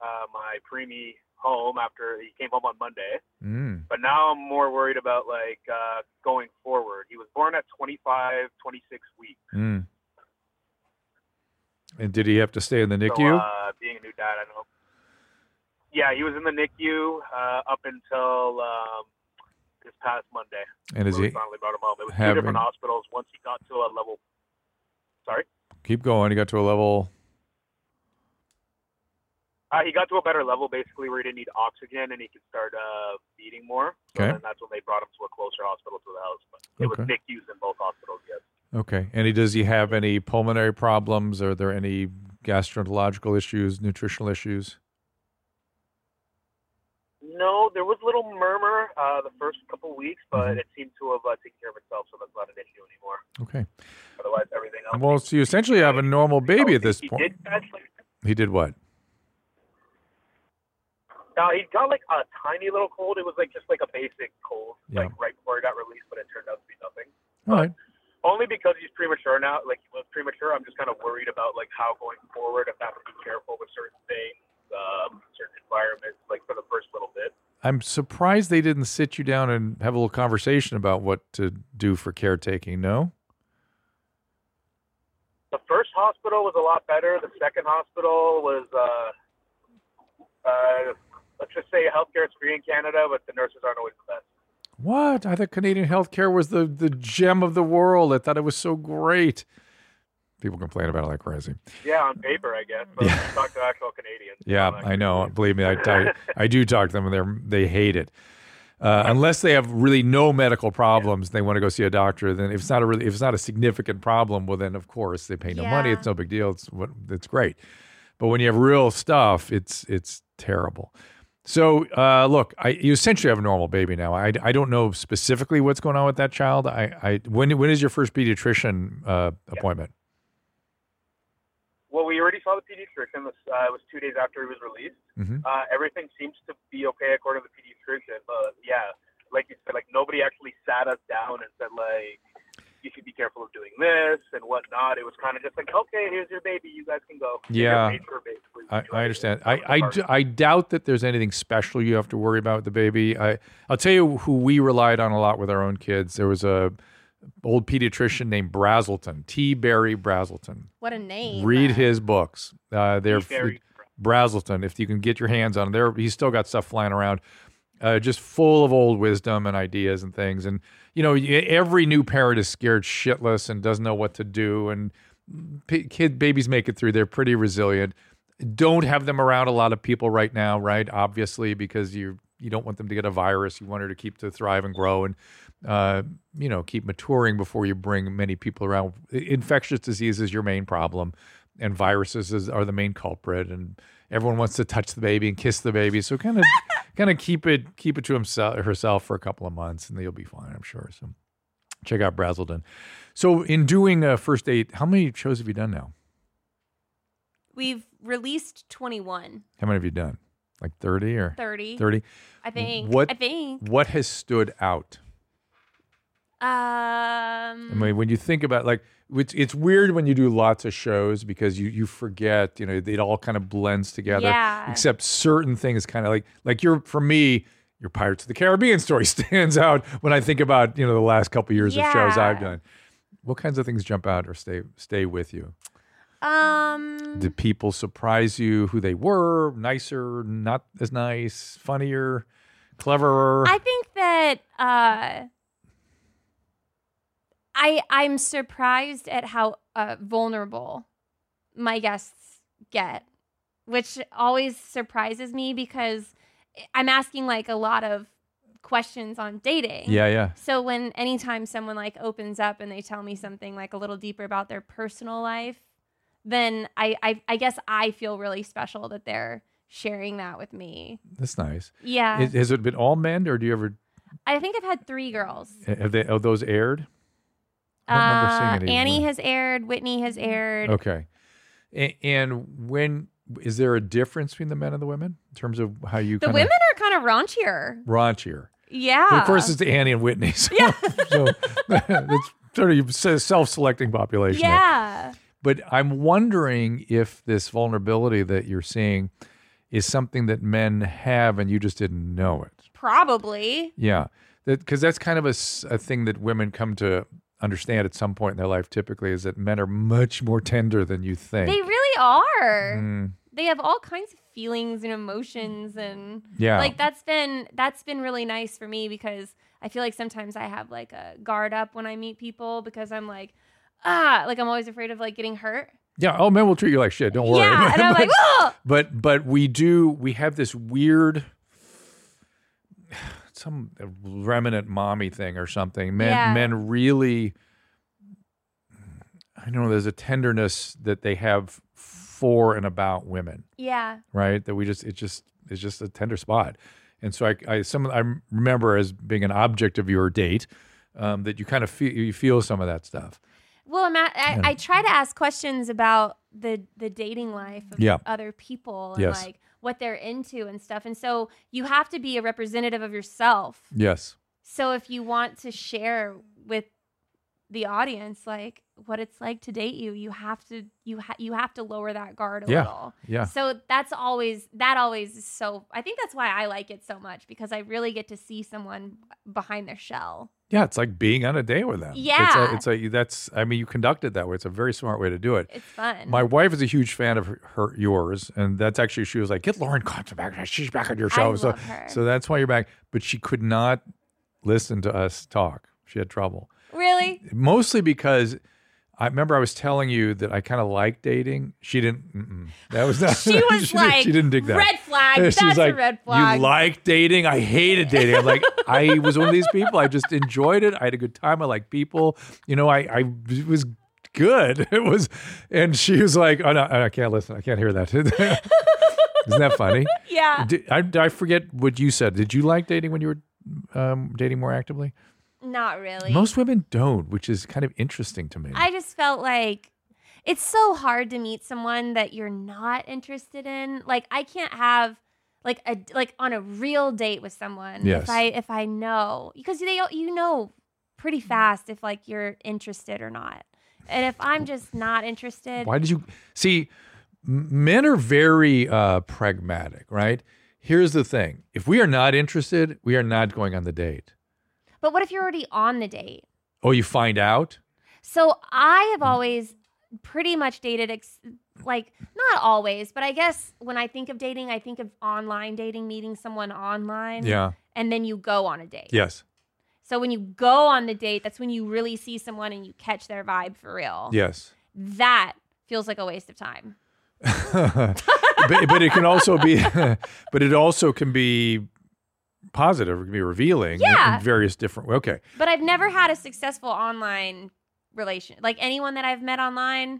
[SPEAKER 15] uh, my preemie home after he came home on Monday.
[SPEAKER 4] Mm.
[SPEAKER 15] But now I'm more worried about like uh, going forward. He was born at 25, 26 weeks.
[SPEAKER 4] Mm. And did he have to stay in the NICU?
[SPEAKER 15] So, uh, being a new dad, I know. Yeah, he was in the NICU uh, up until um, this past Monday.
[SPEAKER 4] And is
[SPEAKER 15] where we
[SPEAKER 4] he
[SPEAKER 15] finally brought him home? It was two
[SPEAKER 4] having-
[SPEAKER 15] different hospitals. Once he got to a level, sorry,
[SPEAKER 4] Keep going. He got to a level.
[SPEAKER 15] uh, he got to a better level basically where he didn't need oxygen and he could start uh, feeding more.
[SPEAKER 4] Okay.
[SPEAKER 15] And that's when they brought him to a closer hospital to the house. But it was
[SPEAKER 4] Okay.
[SPEAKER 15] NICUs in both hospitals. Yes.
[SPEAKER 4] Okay. And he does he have any pulmonary problems? Are there any gastroenterological issues, nutritional issues?
[SPEAKER 15] No, there was little murmur uh, the first couple weeks, but
[SPEAKER 4] Mm-hmm.
[SPEAKER 15] it seemed to have uh, taken care of itself, so that's not an issue anymore.
[SPEAKER 4] Okay.
[SPEAKER 15] Otherwise, everything else.
[SPEAKER 4] Well, so you essentially have a normal baby at this
[SPEAKER 15] he
[SPEAKER 4] point.
[SPEAKER 15] did actually.
[SPEAKER 4] He did what?
[SPEAKER 15] No, he got like a tiny little cold. It was like just like a basic cold,
[SPEAKER 4] Yeah.
[SPEAKER 15] like right before he got released, but it turned out to be nothing.
[SPEAKER 4] All right.
[SPEAKER 15] Only because he's premature now. Like he was premature. I'm just kind of worried about like how going forward, if I have to be careful with certain things, um, certain environments, like for the first little bit.
[SPEAKER 4] I'm surprised they didn't sit you down and have a little conversation about what to do for caretaking. No,
[SPEAKER 15] The first hospital was a lot better. The second hospital was, uh, uh, let's just say, healthcare is free in Canada, but the nurses aren't always the best.
[SPEAKER 4] What? I thought Canadian healthcare was the, the gem of the world. I thought it was so great. People complain about it like crazy.
[SPEAKER 15] Yeah, on paper, I guess. But when you talk to actual Canadians.
[SPEAKER 4] Yeah, I know. Believe me, I, I, I do talk to them, and they they hate it. Uh, unless they have really no medical problems, they want to go see a doctor. Then, if it's not a really, if it's not a significant problem, well, then of course they pay no money.
[SPEAKER 14] Yeah.
[SPEAKER 4] It's no big deal. It's what it's great. But when you have real stuff, it's it's terrible. So uh, look, I, you essentially have a normal baby now. I, I don't know specifically what's going on with that child. I, I when when is your first pediatrician uh, appointment?
[SPEAKER 15] Well, we already saw the pediatrician. This, uh, it was two days after he was released.
[SPEAKER 4] Mhm.
[SPEAKER 15] Uh, everything seems to be okay according to the pediatrician. But yeah, like you said, like nobody actually sat us down and said like you should be careful of doing this and whatnot. It was kind of just like, okay, here's your baby. You guys can go.
[SPEAKER 4] Yeah,
[SPEAKER 15] Here's your baby.
[SPEAKER 4] I, I understand. I, I, d- I doubt that there's anything special you have to worry about with the baby. I, I'll tell you who we relied on a lot with our own kids. There was a old pediatrician named Brazelton, T. Barry Brazelton.
[SPEAKER 10] What a name.
[SPEAKER 4] Read his books. Uh, they're
[SPEAKER 10] T. Barry.
[SPEAKER 4] Brazelton. If you can get your hands on there, he's still got stuff flying around. Uh, just full of old wisdom and ideas and things. And you know, y- every new parent is scared shitless and doesn't know what to do. And mm, p- kid babies make it through. They're pretty resilient. Don't have them around a lot of people right now, right? Obviously, because you you don't want them to get a virus. You want her to keep to thrive and grow and uh, you know keep maturing before you bring many people around. I- Infectious disease is your main problem, and viruses is, are the main culprit. And everyone wants to touch the baby and kiss the baby, so kind of kind of keep it keep it to himself herself for a couple of months, and you'll be fine, I'm sure. So check out Brazelton. So in doing uh, first date, how many shows have you done now?
[SPEAKER 10] We've released 21,
[SPEAKER 4] How many have you done? Like thirty or
[SPEAKER 10] 30.
[SPEAKER 4] Thirty.
[SPEAKER 10] I think.
[SPEAKER 4] What
[SPEAKER 10] I think.
[SPEAKER 4] what has stood out? I
[SPEAKER 10] Um,
[SPEAKER 4] mean, when you think about like it's it's weird when you do lots of shows because you you forget you know it all kind of blends together.
[SPEAKER 14] Yeah.
[SPEAKER 4] Except certain things kind of like like your for me your Pirates of the Caribbean story (laughs) stands out when I think about you know the last couple years of shows
[SPEAKER 10] Yeah.
[SPEAKER 4] I've done. What kinds of things jump out or stay stay with you?
[SPEAKER 10] um,
[SPEAKER 4] Did people surprise you who they were? Nicer, not as nice, funnier, cleverer.
[SPEAKER 10] I think that uh, I I'm surprised at how uh, vulnerable my guests get, which always surprises me because I'm asking like a lot of questions on dating.
[SPEAKER 4] Yeah, yeah.
[SPEAKER 10] So when anytime someone like opens up and they tell me something like a little deeper about their personal life, then I I, I guess I feel really special that they're sharing that with me.
[SPEAKER 4] That's nice.
[SPEAKER 10] Yeah.
[SPEAKER 4] Is- has it been all men or do you ever
[SPEAKER 10] I think I've had three girls.
[SPEAKER 4] Uh, have they have those aired?
[SPEAKER 10] Uh,
[SPEAKER 4] I don't remember seeing it
[SPEAKER 10] Annie
[SPEAKER 4] anywhere.
[SPEAKER 10] has aired. Whitney has aired.
[SPEAKER 4] Okay. A- and when is there a difference between the men and the women in terms of how you
[SPEAKER 10] The
[SPEAKER 4] kind
[SPEAKER 10] women are kind of raunchier.
[SPEAKER 4] of raunchier?
[SPEAKER 10] Yeah.
[SPEAKER 4] But of course, it's Annie and Whitney. (laughs) So, yeah. so it's sort of self-selecting population. there.
[SPEAKER 10] Yeah.
[SPEAKER 4] But I'm wondering if this vulnerability that you're seeing is something that men have and you just didn't know it.
[SPEAKER 10] Probably.
[SPEAKER 4] Yeah. Because that's kind of a, s- a thing that women come to understand at some point in their life typically is that men are much more tender than you think.
[SPEAKER 10] They really are.
[SPEAKER 4] Mm.
[SPEAKER 10] They have all kinds of feelings and emotions and
[SPEAKER 4] Yeah.
[SPEAKER 10] Like that's been that's been really nice for me because I feel like sometimes I have like a guard up when I meet people because I'm like ah, like I'm always afraid of like getting
[SPEAKER 4] (laughs)
[SPEAKER 10] hurt.
[SPEAKER 4] Yeah. Oh, men will treat you like shit. Don't worry.
[SPEAKER 10] Yeah,
[SPEAKER 4] (laughs)
[SPEAKER 10] and I'm like, "Ugh!"
[SPEAKER 4] but but we do. We have this weird, some remnant mommy thing or something. Men
[SPEAKER 14] Yeah.
[SPEAKER 4] men really. I don't know. There's a tenderness that they have for and about women
[SPEAKER 10] Yeah.
[SPEAKER 4] right? That we just it just it's just a tender spot. And so I, I some I remember as being an object of your date um, that you kind of feel you feel some of that stuff.
[SPEAKER 10] Well, I'm at, I,
[SPEAKER 4] Yeah.
[SPEAKER 10] I try to ask questions about the the dating life of
[SPEAKER 4] Yeah.
[SPEAKER 10] other people and
[SPEAKER 4] Yes.
[SPEAKER 10] like what they're into and stuff. And so you have to be a representative of yourself.
[SPEAKER 4] Yes.
[SPEAKER 10] So if you want to share with the audience like what it's like to date you, you have to you ha- you have to lower that guard a
[SPEAKER 4] Yeah.
[SPEAKER 10] little.
[SPEAKER 4] Yeah.
[SPEAKER 10] So that's always that always is so I think that's why I like it so much because I really get to see someone behind their shell.
[SPEAKER 4] Yeah, it's like being on a day with them.
[SPEAKER 10] Yeah.
[SPEAKER 4] It's a, it's a that's I mean you conduct it that way. It's a very smart way to do it.
[SPEAKER 10] It's fun.
[SPEAKER 4] My wife is a huge fan of her, her yours, and that's actually she was like, "Get Lauren Compton back. She's back on your show." so
[SPEAKER 10] love her.
[SPEAKER 4] so that's why you're back. But she could not listen to us talk. She had trouble.
[SPEAKER 10] Really?
[SPEAKER 4] Mostly because I remember I was telling you that I kind of like dating. She didn't. Mm-mm. That was (laughs) not.
[SPEAKER 10] (laughs) She was
[SPEAKER 4] didn't-
[SPEAKER 10] like,
[SPEAKER 4] she didn't dig that.
[SPEAKER 10] "Red flag,
[SPEAKER 4] (laughs) She's
[SPEAKER 10] that's a
[SPEAKER 4] like,
[SPEAKER 10] red flag."
[SPEAKER 4] You like dating? I hated dating. I'm like, (laughs) I was one of these people. I just enjoyed it. I had a good time. I like people. You know, I I it was good. (laughs) It was, and she was like, oh, no, I can't listen. I can't hear that. (laughs) Isn't that funny?
[SPEAKER 10] (laughs) Yeah.
[SPEAKER 4] Did- I, I forget what you said. Did you like dating when you were um, dating more actively?
[SPEAKER 10] Not really.
[SPEAKER 4] Most women don't, which is kind of interesting to me.
[SPEAKER 10] I just felt like it's so hard to meet someone that you're not interested in. Like I can't have like a like on a real date with someone
[SPEAKER 4] Yes.
[SPEAKER 10] if I if I know because they you know pretty fast if like you're interested or not. And if I'm just not interested,
[SPEAKER 4] Why did you see? m- Men are very uh, pragmatic, right? Here's the thing: if we are not interested, we are not going on the date.
[SPEAKER 10] But what if you're already on the date?
[SPEAKER 4] Oh, you find out.
[SPEAKER 10] So I have always pretty much dated, ex- like not always, but I guess when I think of dating, I think of online dating, meeting someone online.
[SPEAKER 4] Yeah.
[SPEAKER 10] And then you go on a date.
[SPEAKER 4] Yes.
[SPEAKER 10] So when you go on the date, that's when you really see someone and you catch their vibe for real.
[SPEAKER 4] Yes.
[SPEAKER 10] That feels like a waste of time.
[SPEAKER 4] but, but it can also be, (laughs) but it also can be positive. It can be revealing. in-
[SPEAKER 10] Yeah.
[SPEAKER 4] In various different. Okay.
[SPEAKER 10] But I've never had a successful online relation. Like anyone that I've met online,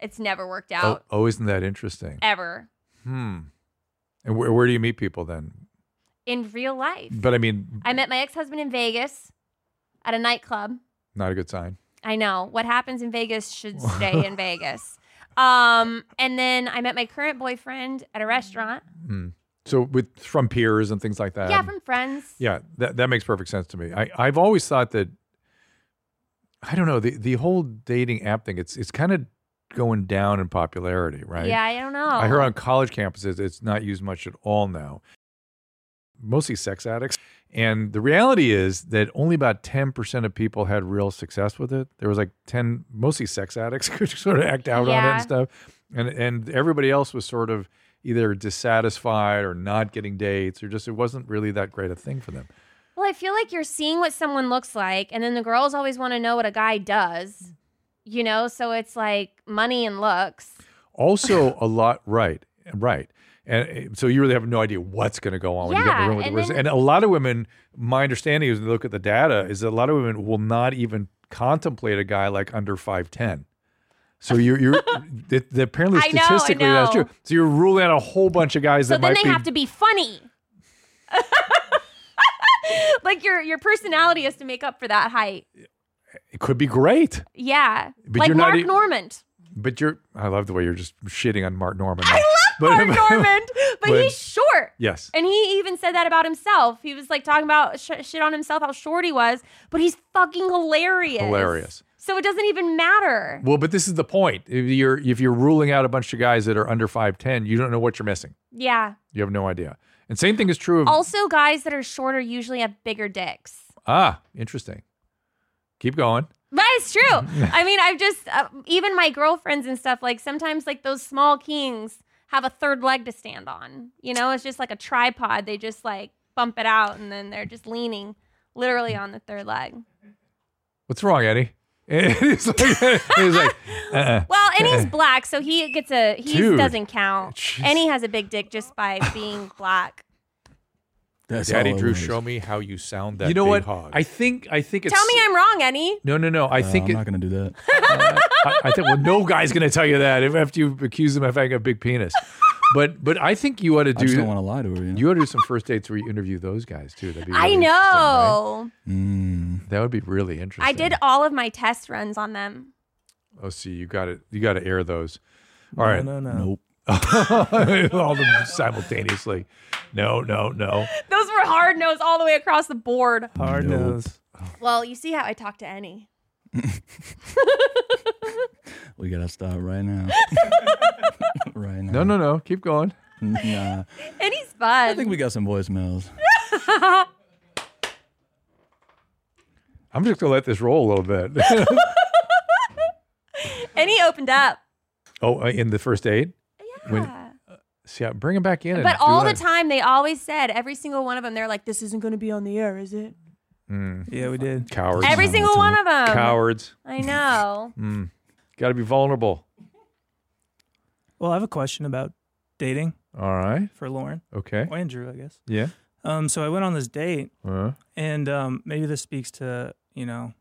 [SPEAKER 10] it's never worked
[SPEAKER 4] Oh,
[SPEAKER 10] out
[SPEAKER 4] oh, isn't that interesting?
[SPEAKER 10] ever
[SPEAKER 4] Hmm. And where, where do you meet people then?
[SPEAKER 10] in real life.
[SPEAKER 4] But I mean,
[SPEAKER 10] I met my ex husband in Vegas at a nightclub.
[SPEAKER 4] not a good sign.
[SPEAKER 10] I know what happens in Vegas should stay
[SPEAKER 4] (laughs)
[SPEAKER 10] in Vegas. Um, and then I met my current boyfriend at a restaurant.
[SPEAKER 4] Hmm. So with from peers and things like that.
[SPEAKER 10] yeah, from friends.
[SPEAKER 4] Yeah, that that makes perfect sense to me. I I've always thought that I don't know the the whole dating app thing. It's it's kind of going down in popularity, right?
[SPEAKER 10] Yeah, I don't know.
[SPEAKER 4] I heard on college campuses it's not used much at all now. Mostly sex addicts. And the reality is that only about 10% of people had real success with it. There was like 10 mostly sex addicts (laughs) could sort of act out on it
[SPEAKER 10] Yeah.
[SPEAKER 4] and stuff. And and everybody else was sort of either dissatisfied or not getting dates or just it wasn't really that great a thing for them.
[SPEAKER 10] Well, I feel like you're seeing what someone looks like, and then the girls always want to know what a guy does, you know? So it's like money and looks.
[SPEAKER 4] Also a lot right, right. And uh, so you really have no idea what's going to go on when you get in
[SPEAKER 10] Yeah,
[SPEAKER 4] the room with the
[SPEAKER 10] and
[SPEAKER 4] person.
[SPEAKER 10] then-
[SPEAKER 4] And a lot of women, my understanding is, when you look at the data, is that a lot of women will not even contemplate a guy like under five ten. So
[SPEAKER 10] (laughs)
[SPEAKER 4] you're you're that that apparently
[SPEAKER 10] I know, I
[SPEAKER 4] statistically that's
[SPEAKER 10] know.
[SPEAKER 4] true. So you're ruling out a whole bunch of guys
[SPEAKER 10] So
[SPEAKER 4] that
[SPEAKER 10] then
[SPEAKER 4] might
[SPEAKER 10] they
[SPEAKER 4] be
[SPEAKER 10] have to be funny. (laughs) like your your personality has to make up for that height.
[SPEAKER 4] it could be great.
[SPEAKER 10] Yeah.
[SPEAKER 4] But
[SPEAKER 10] like
[SPEAKER 4] you're not
[SPEAKER 10] Mark
[SPEAKER 4] e-
[SPEAKER 10] Normand.
[SPEAKER 4] But you're I love the way you're just shitting on Mark Norman. I love (laughs)
[SPEAKER 10] Mark Normand, but,
[SPEAKER 4] but-
[SPEAKER 10] he's short.
[SPEAKER 4] Yes.
[SPEAKER 10] And he even said that about himself. He was like talking about sh- shit on himself, how short he was, but he's fucking hilarious.
[SPEAKER 4] Hilarious.
[SPEAKER 10] So it doesn't even matter.
[SPEAKER 4] Well, but this is the point. If you're if you're ruling out a bunch of guys that are under five ten, you don't know what you're missing.
[SPEAKER 10] Yeah.
[SPEAKER 4] You have no idea. And same thing is true of
[SPEAKER 10] Also, guys that are shorter usually have bigger dicks.
[SPEAKER 4] ah, interesting. Keep going.
[SPEAKER 10] That is true. I mean, I've just, uh, even my girlfriends and stuff, like sometimes like those small kings have a third leg to stand on. You know, it's just like a tripod. They just like bump it out and then they're just leaning literally on the third leg.
[SPEAKER 4] What's wrong, Eddie? (laughs) And he's like, he's like uh-uh.
[SPEAKER 10] (laughs) Well, and he's
[SPEAKER 4] Uh-uh.
[SPEAKER 10] black, so he gets a he
[SPEAKER 4] Dude.
[SPEAKER 10] doesn't count. And he has a big dick just by being black.
[SPEAKER 1] That's
[SPEAKER 4] Daddy
[SPEAKER 1] all I
[SPEAKER 4] Drew,
[SPEAKER 1] wanted.
[SPEAKER 4] show me how you sound that.
[SPEAKER 1] You know
[SPEAKER 4] big
[SPEAKER 1] what?
[SPEAKER 4] Hog. I think I think it's
[SPEAKER 10] Tell me I'm wrong, Annie.
[SPEAKER 4] no no no. I
[SPEAKER 1] No, Uh,
[SPEAKER 4] think
[SPEAKER 1] I'm
[SPEAKER 4] it,
[SPEAKER 1] not going to do that.
[SPEAKER 4] (laughs) I, I think well, no guy's going to tell you that if- after you accuse them of having a big penis. But but I think you ought to do.
[SPEAKER 1] I just don't want to lie to her. You know?
[SPEAKER 4] you ought to do some first dates where you interview those guys too. That'd be really
[SPEAKER 10] I
[SPEAKER 4] interesting, right?
[SPEAKER 10] know.
[SPEAKER 1] Mm.
[SPEAKER 4] That would be really interesting.
[SPEAKER 10] I did all of my test runs on them. (laughs)
[SPEAKER 4] Oh, see, you got it. You got to air those. All right.
[SPEAKER 1] No, no, no. Nope.
[SPEAKER 4] (laughs) all them simultaneously. No, no, no.
[SPEAKER 10] Those were hard nose all the way across the board.
[SPEAKER 1] Hard Nope. nose.
[SPEAKER 10] Well, you see how I talk to Annie.
[SPEAKER 1] (laughs) We got to stop right
[SPEAKER 4] (laughs)
[SPEAKER 1] now. right now.
[SPEAKER 4] No, no, no. Keep going.
[SPEAKER 1] Nah.
[SPEAKER 10] Annie's fun.
[SPEAKER 1] I think we got some voicemails.
[SPEAKER 4] I'm just gonna let this roll a little bit.
[SPEAKER 10] (laughs)
[SPEAKER 4] (laughs)
[SPEAKER 10] Annie opened up.
[SPEAKER 4] oh, uh, in the first aid. Yeah. see, I- bring him back in. and
[SPEAKER 10] But
[SPEAKER 4] do
[SPEAKER 10] all the
[SPEAKER 4] that.
[SPEAKER 10] time, they always said, every single one of them, they're like, this isn't going to be on the air, is it?
[SPEAKER 14] Yeah, we did.
[SPEAKER 4] Mm. Cowards.
[SPEAKER 10] Every single one of them.
[SPEAKER 4] Cowards.
[SPEAKER 10] I know.
[SPEAKER 4] Mm. Got to be vulnerable.
[SPEAKER 14] Well, I have a question about dating
[SPEAKER 4] All right.
[SPEAKER 14] for Lauren.
[SPEAKER 4] Okay.
[SPEAKER 14] Or Andrew, I guess.
[SPEAKER 4] Yeah.
[SPEAKER 14] Um, so I went on this date,
[SPEAKER 4] Uh-huh.
[SPEAKER 14] and um, maybe this speaks to you know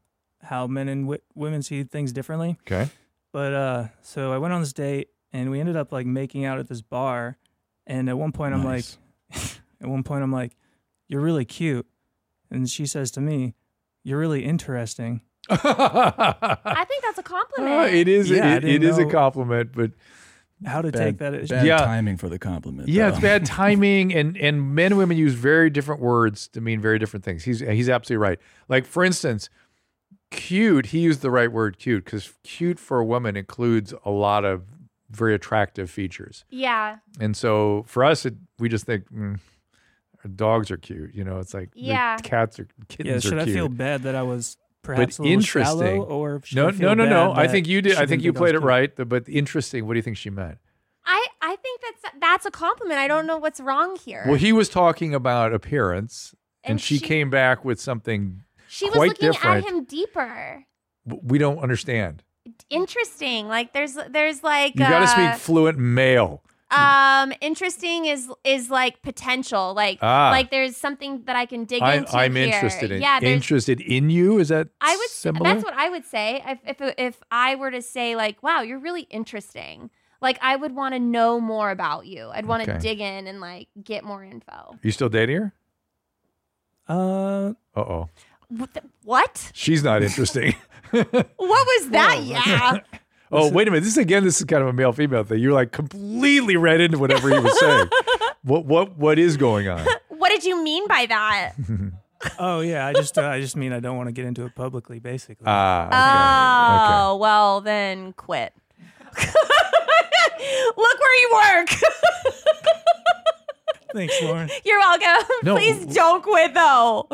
[SPEAKER 14] how men and w- women see things differently.
[SPEAKER 4] Okay.
[SPEAKER 14] But uh, so I went on this date, and we ended up like making out at this bar, and at one point I'm like, (laughs) at one point I'm like, you're really cute, and she says to me, you're really interesting.
[SPEAKER 10] I think that's a compliment.
[SPEAKER 4] Uh, it is.
[SPEAKER 14] Yeah, I
[SPEAKER 4] it, it
[SPEAKER 14] didn't
[SPEAKER 4] is a
[SPEAKER 14] know
[SPEAKER 4] compliment, but
[SPEAKER 14] How to
[SPEAKER 4] Bad-
[SPEAKER 14] take that? is-
[SPEAKER 4] bad Yeah.
[SPEAKER 16] timing for the compliment.
[SPEAKER 4] yeah, it's
[SPEAKER 16] though.
[SPEAKER 14] (laughs)
[SPEAKER 4] bad timing, and and men and women use very different words to mean very different things. He's he's absolutely right. Like for instance, cute. He used the right word, cute, because cute for a woman includes a lot of very attractive features.
[SPEAKER 10] Yeah.
[SPEAKER 4] And so for us, it, we just think mm, our dogs are cute. You know, it's like the
[SPEAKER 10] Yeah.
[SPEAKER 4] cats are
[SPEAKER 14] Yeah,
[SPEAKER 4] kittens
[SPEAKER 14] should
[SPEAKER 4] are
[SPEAKER 14] I
[SPEAKER 4] cute.
[SPEAKER 14] feel bad that I was perhaps
[SPEAKER 4] but
[SPEAKER 14] a little
[SPEAKER 4] interesting,
[SPEAKER 14] shallow, or should
[SPEAKER 4] no,
[SPEAKER 14] I
[SPEAKER 4] no,
[SPEAKER 14] feel
[SPEAKER 4] no,
[SPEAKER 14] bad
[SPEAKER 4] no. I
[SPEAKER 14] that
[SPEAKER 4] think you
[SPEAKER 14] she
[SPEAKER 4] did. I
[SPEAKER 14] didn't
[SPEAKER 4] think you
[SPEAKER 14] I was
[SPEAKER 4] played it
[SPEAKER 14] cute?
[SPEAKER 4] right. But interesting. What do you think she meant?
[SPEAKER 10] I, I think that's that's a compliment. I don't know what's wrong here.
[SPEAKER 4] Well, he was talking about appearance, and,
[SPEAKER 10] And
[SPEAKER 4] she,
[SPEAKER 10] she-
[SPEAKER 4] came back with something
[SPEAKER 10] she was
[SPEAKER 4] quite
[SPEAKER 10] looking
[SPEAKER 4] different.
[SPEAKER 10] at him deeper.
[SPEAKER 4] w- We don't understand.
[SPEAKER 10] Interesting. Like there's there's like
[SPEAKER 4] You got to
[SPEAKER 10] uh,
[SPEAKER 4] speak fluent male.
[SPEAKER 10] Um, interesting is is like potential. Like
[SPEAKER 4] Ah.
[SPEAKER 10] like there's something that I can dig
[SPEAKER 4] I'm,
[SPEAKER 10] into.
[SPEAKER 4] I'm
[SPEAKER 10] here.
[SPEAKER 4] interested in.
[SPEAKER 10] Yeah, there's
[SPEAKER 4] interested in you. Is that
[SPEAKER 10] I would.
[SPEAKER 4] similar?
[SPEAKER 10] That's what I would say. If, if if I were to say like, "Wow, you're really interesting," like I would want to know more about you. I'd want to
[SPEAKER 4] Okay.
[SPEAKER 10] dig in and like get more info.
[SPEAKER 4] you still dating her?
[SPEAKER 14] Uh
[SPEAKER 4] Uh oh,
[SPEAKER 10] What? The, what?
[SPEAKER 4] she's not
[SPEAKER 14] (laughs)
[SPEAKER 4] interesting.
[SPEAKER 10] What was that? yeah. (laughs)
[SPEAKER 4] oh wait a minute. This again. This is kind of a male female thing. You're like completely read into whatever he was (laughs) saying. what what what is going on?
[SPEAKER 10] What did you mean by
[SPEAKER 4] (laughs)
[SPEAKER 10] that?
[SPEAKER 14] Oh yeah, I just uh, I just mean I don't want to get into it publicly, basically.
[SPEAKER 4] Ah,
[SPEAKER 10] Oh well, then quit. (laughs) Look where you work. (laughs)
[SPEAKER 14] Thanks, Lauren.
[SPEAKER 10] You're welcome. (laughs)
[SPEAKER 4] No.
[SPEAKER 10] Please don't quit though.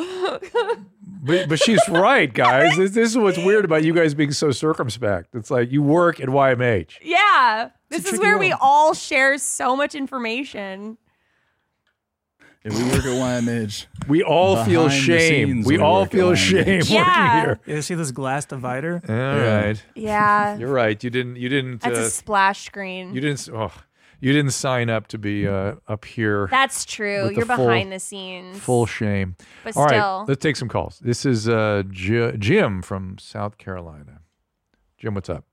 [SPEAKER 4] (laughs) But, but she's right, guys. This, this is what's weird about you guys being so circumspect. It's like you work at YMH.
[SPEAKER 10] yeah. This is
[SPEAKER 16] tricky
[SPEAKER 10] where we
[SPEAKER 16] world.
[SPEAKER 10] all share so much information.
[SPEAKER 16] If we work at YMH,
[SPEAKER 4] we all
[SPEAKER 14] feel shame. We all feel shame
[SPEAKER 10] working Yeah. here.
[SPEAKER 14] You see this glass divider?
[SPEAKER 4] All right.
[SPEAKER 10] Yeah.
[SPEAKER 4] (laughs) You're right. You didn't. You didn't.
[SPEAKER 10] That's
[SPEAKER 4] uh,
[SPEAKER 10] a splash screen.
[SPEAKER 4] you didn't. s- Oh, you didn't sign up to be uh, up here.
[SPEAKER 10] That's true.
[SPEAKER 4] with the
[SPEAKER 10] You're
[SPEAKER 4] full-
[SPEAKER 10] behind the scenes.
[SPEAKER 4] Full shame.
[SPEAKER 10] But
[SPEAKER 4] All right,
[SPEAKER 10] still.
[SPEAKER 4] let's take some calls. This is uh, J- Jim from South Carolina. Jim, what's up?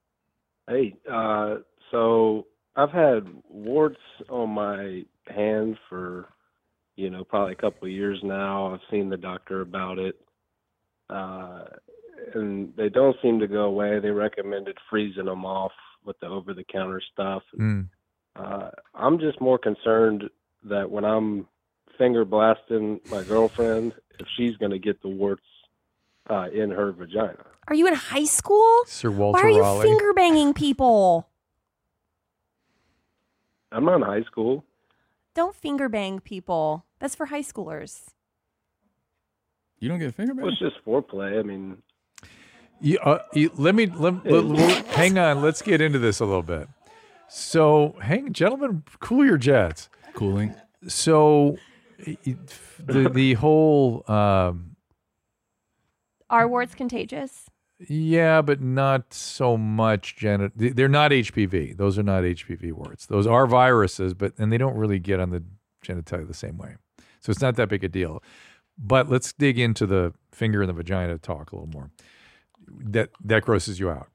[SPEAKER 17] Hey, uh, so I've had warts on my hand for, you know, probably a couple of years now. I've seen the doctor about it. Uh, and they don't seem to go away. They recommended freezing them off with the over the counter stuff.
[SPEAKER 4] Mm.
[SPEAKER 17] Uh, I'm just more concerned that when I'm finger blasting my girlfriend, if she's going to get the warts uh, in her vagina.
[SPEAKER 10] Are you in high school?
[SPEAKER 4] Sir
[SPEAKER 10] Why
[SPEAKER 4] Walter
[SPEAKER 10] are you
[SPEAKER 4] Raleigh.
[SPEAKER 10] finger banging people?
[SPEAKER 17] I'm not in high school.
[SPEAKER 10] Don't finger bang people. That's for high schoolers.
[SPEAKER 16] You don't get finger
[SPEAKER 17] Well, it's just foreplay. I mean,
[SPEAKER 4] You, uh, you, let me let, let- let- hang on. Let's get into this a little bit. So, hang, gentlemen, cool your jets.
[SPEAKER 16] Cooling.
[SPEAKER 4] So, it- the the whole um,
[SPEAKER 10] Are warts contagious?
[SPEAKER 4] yeah, but not so much. Janet, they're not HPV. Those are not HPV warts. Those are viruses, but and they don't really get on the genitalia the same way. So it's not that big a deal. But let's dig into the finger in the vagina talk a little more. That that grosses you out.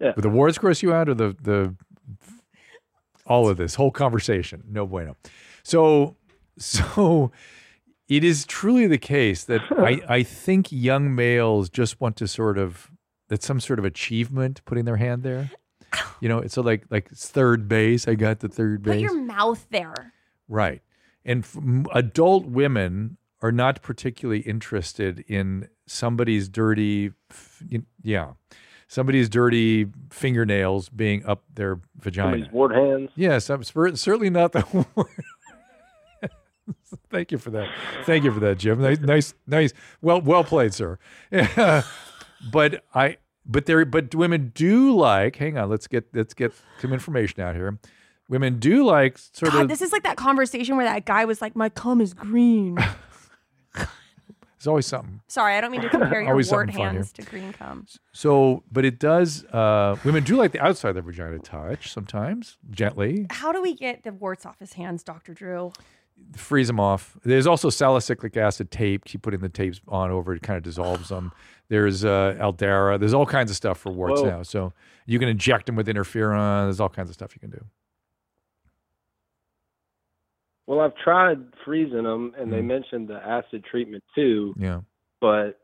[SPEAKER 17] Yeah.
[SPEAKER 4] But the wards gross you out, or the the all of this whole conversation? No bueno. So (laughs) so it is truly the case that I I think young males just want to sort of that's some sort of achievement putting their hand there. You know, it's so like like it's third base. I got the third
[SPEAKER 10] Put
[SPEAKER 4] base.
[SPEAKER 10] your mouth there.
[SPEAKER 4] Right. And f- m- adult women are not particularly interested in somebody's dirty, f- y- yeah, somebody's dirty fingernails being up their vagina.
[SPEAKER 17] somebody's wart hands.
[SPEAKER 4] Yes, I'm spir- certainly not the (laughs) word. Thank you for that. Thank you for that, Jim. Nice, nice, nice. Well, well played, sir. (laughs) but I, but there, but women do like. Hang on, let's get let's get some information out here. Women do like sort
[SPEAKER 10] God,
[SPEAKER 4] of (laughs)
[SPEAKER 10] this is like that conversation where that guy was like, "My cum is green."
[SPEAKER 4] There's always something.
[SPEAKER 10] Sorry, I don't mean to compare your
[SPEAKER 4] Always
[SPEAKER 10] wart
[SPEAKER 4] something fun
[SPEAKER 10] hands to
[SPEAKER 4] here.
[SPEAKER 10] green cum.
[SPEAKER 4] So, but it does. Uh, women do like the outside of their vagina to touch sometimes, gently.
[SPEAKER 10] How do we get the warts off his hands, Dr. Drew?
[SPEAKER 4] Freeze them off. There's also salicylic acid tape. Keep putting the tapes on over; it kind of dissolves them. There's uh, Aldera. There's all kinds of stuff for warts
[SPEAKER 17] Whoa.
[SPEAKER 4] now. So you can inject them with interferon. There's all kinds of stuff you can do.
[SPEAKER 17] Well, I've tried freezing them, and
[SPEAKER 4] Mm.
[SPEAKER 17] they mentioned the acid treatment too.
[SPEAKER 4] Yeah.
[SPEAKER 17] But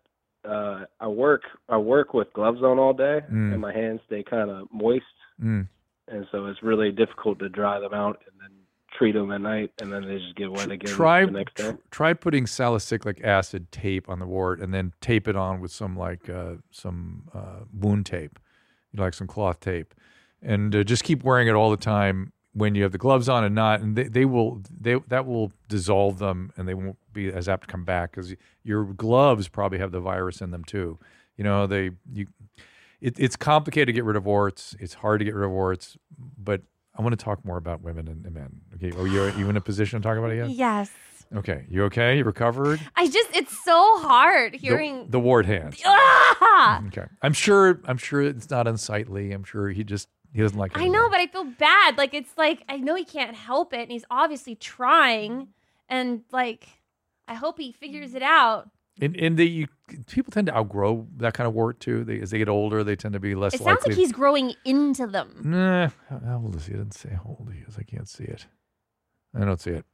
[SPEAKER 17] uh, I work I work with gloves on all day,
[SPEAKER 4] Mm.
[SPEAKER 17] and my hands stay kind of moist,
[SPEAKER 4] Mm.
[SPEAKER 17] and so it's really difficult to dry them out and then treat them at night, and then they just get wet again
[SPEAKER 4] try
[SPEAKER 17] the next day.
[SPEAKER 4] tr- try putting salicylic acid tape on the wart and then tape it on with some like uh, some uh, wound tape, you know, like some cloth tape, and uh, just keep wearing it all the time when you have the gloves on and not, and they, they will they that will dissolve them and they won't be as apt to come back because your gloves probably have the virus in them too. You know they you. It, it's complicated to get rid of warts. It's hard to get rid of warts, but I want to talk more about women and, and men. Okay, are you, are you in a position to talk about it yet?
[SPEAKER 10] Yes.
[SPEAKER 4] Okay, you okay?
[SPEAKER 10] (sighs)
[SPEAKER 4] You recovered?
[SPEAKER 10] I just, it's so hard
[SPEAKER 4] The-
[SPEAKER 10] hearing. (laughs)
[SPEAKER 4] the, ward hands.
[SPEAKER 10] Ah!
[SPEAKER 4] Okay, I'm sure. I'm sure it's not unsightly. I'm sure he just he doesn't like it.
[SPEAKER 10] I know, but I feel bad. Like, it's like, I know he can't help it, and he's obviously
[SPEAKER 4] Mm-hmm.
[SPEAKER 10] trying. And, like, I hope he figures it out.
[SPEAKER 4] And and the, you people tend to outgrow that kind of wart too. They, as they get older, they tend to be less
[SPEAKER 10] it sounds
[SPEAKER 4] likely.
[SPEAKER 10] like he's growing into them.
[SPEAKER 4] Nah, how how old is he? I didn't say how old he is. I can't see it. I don't see it.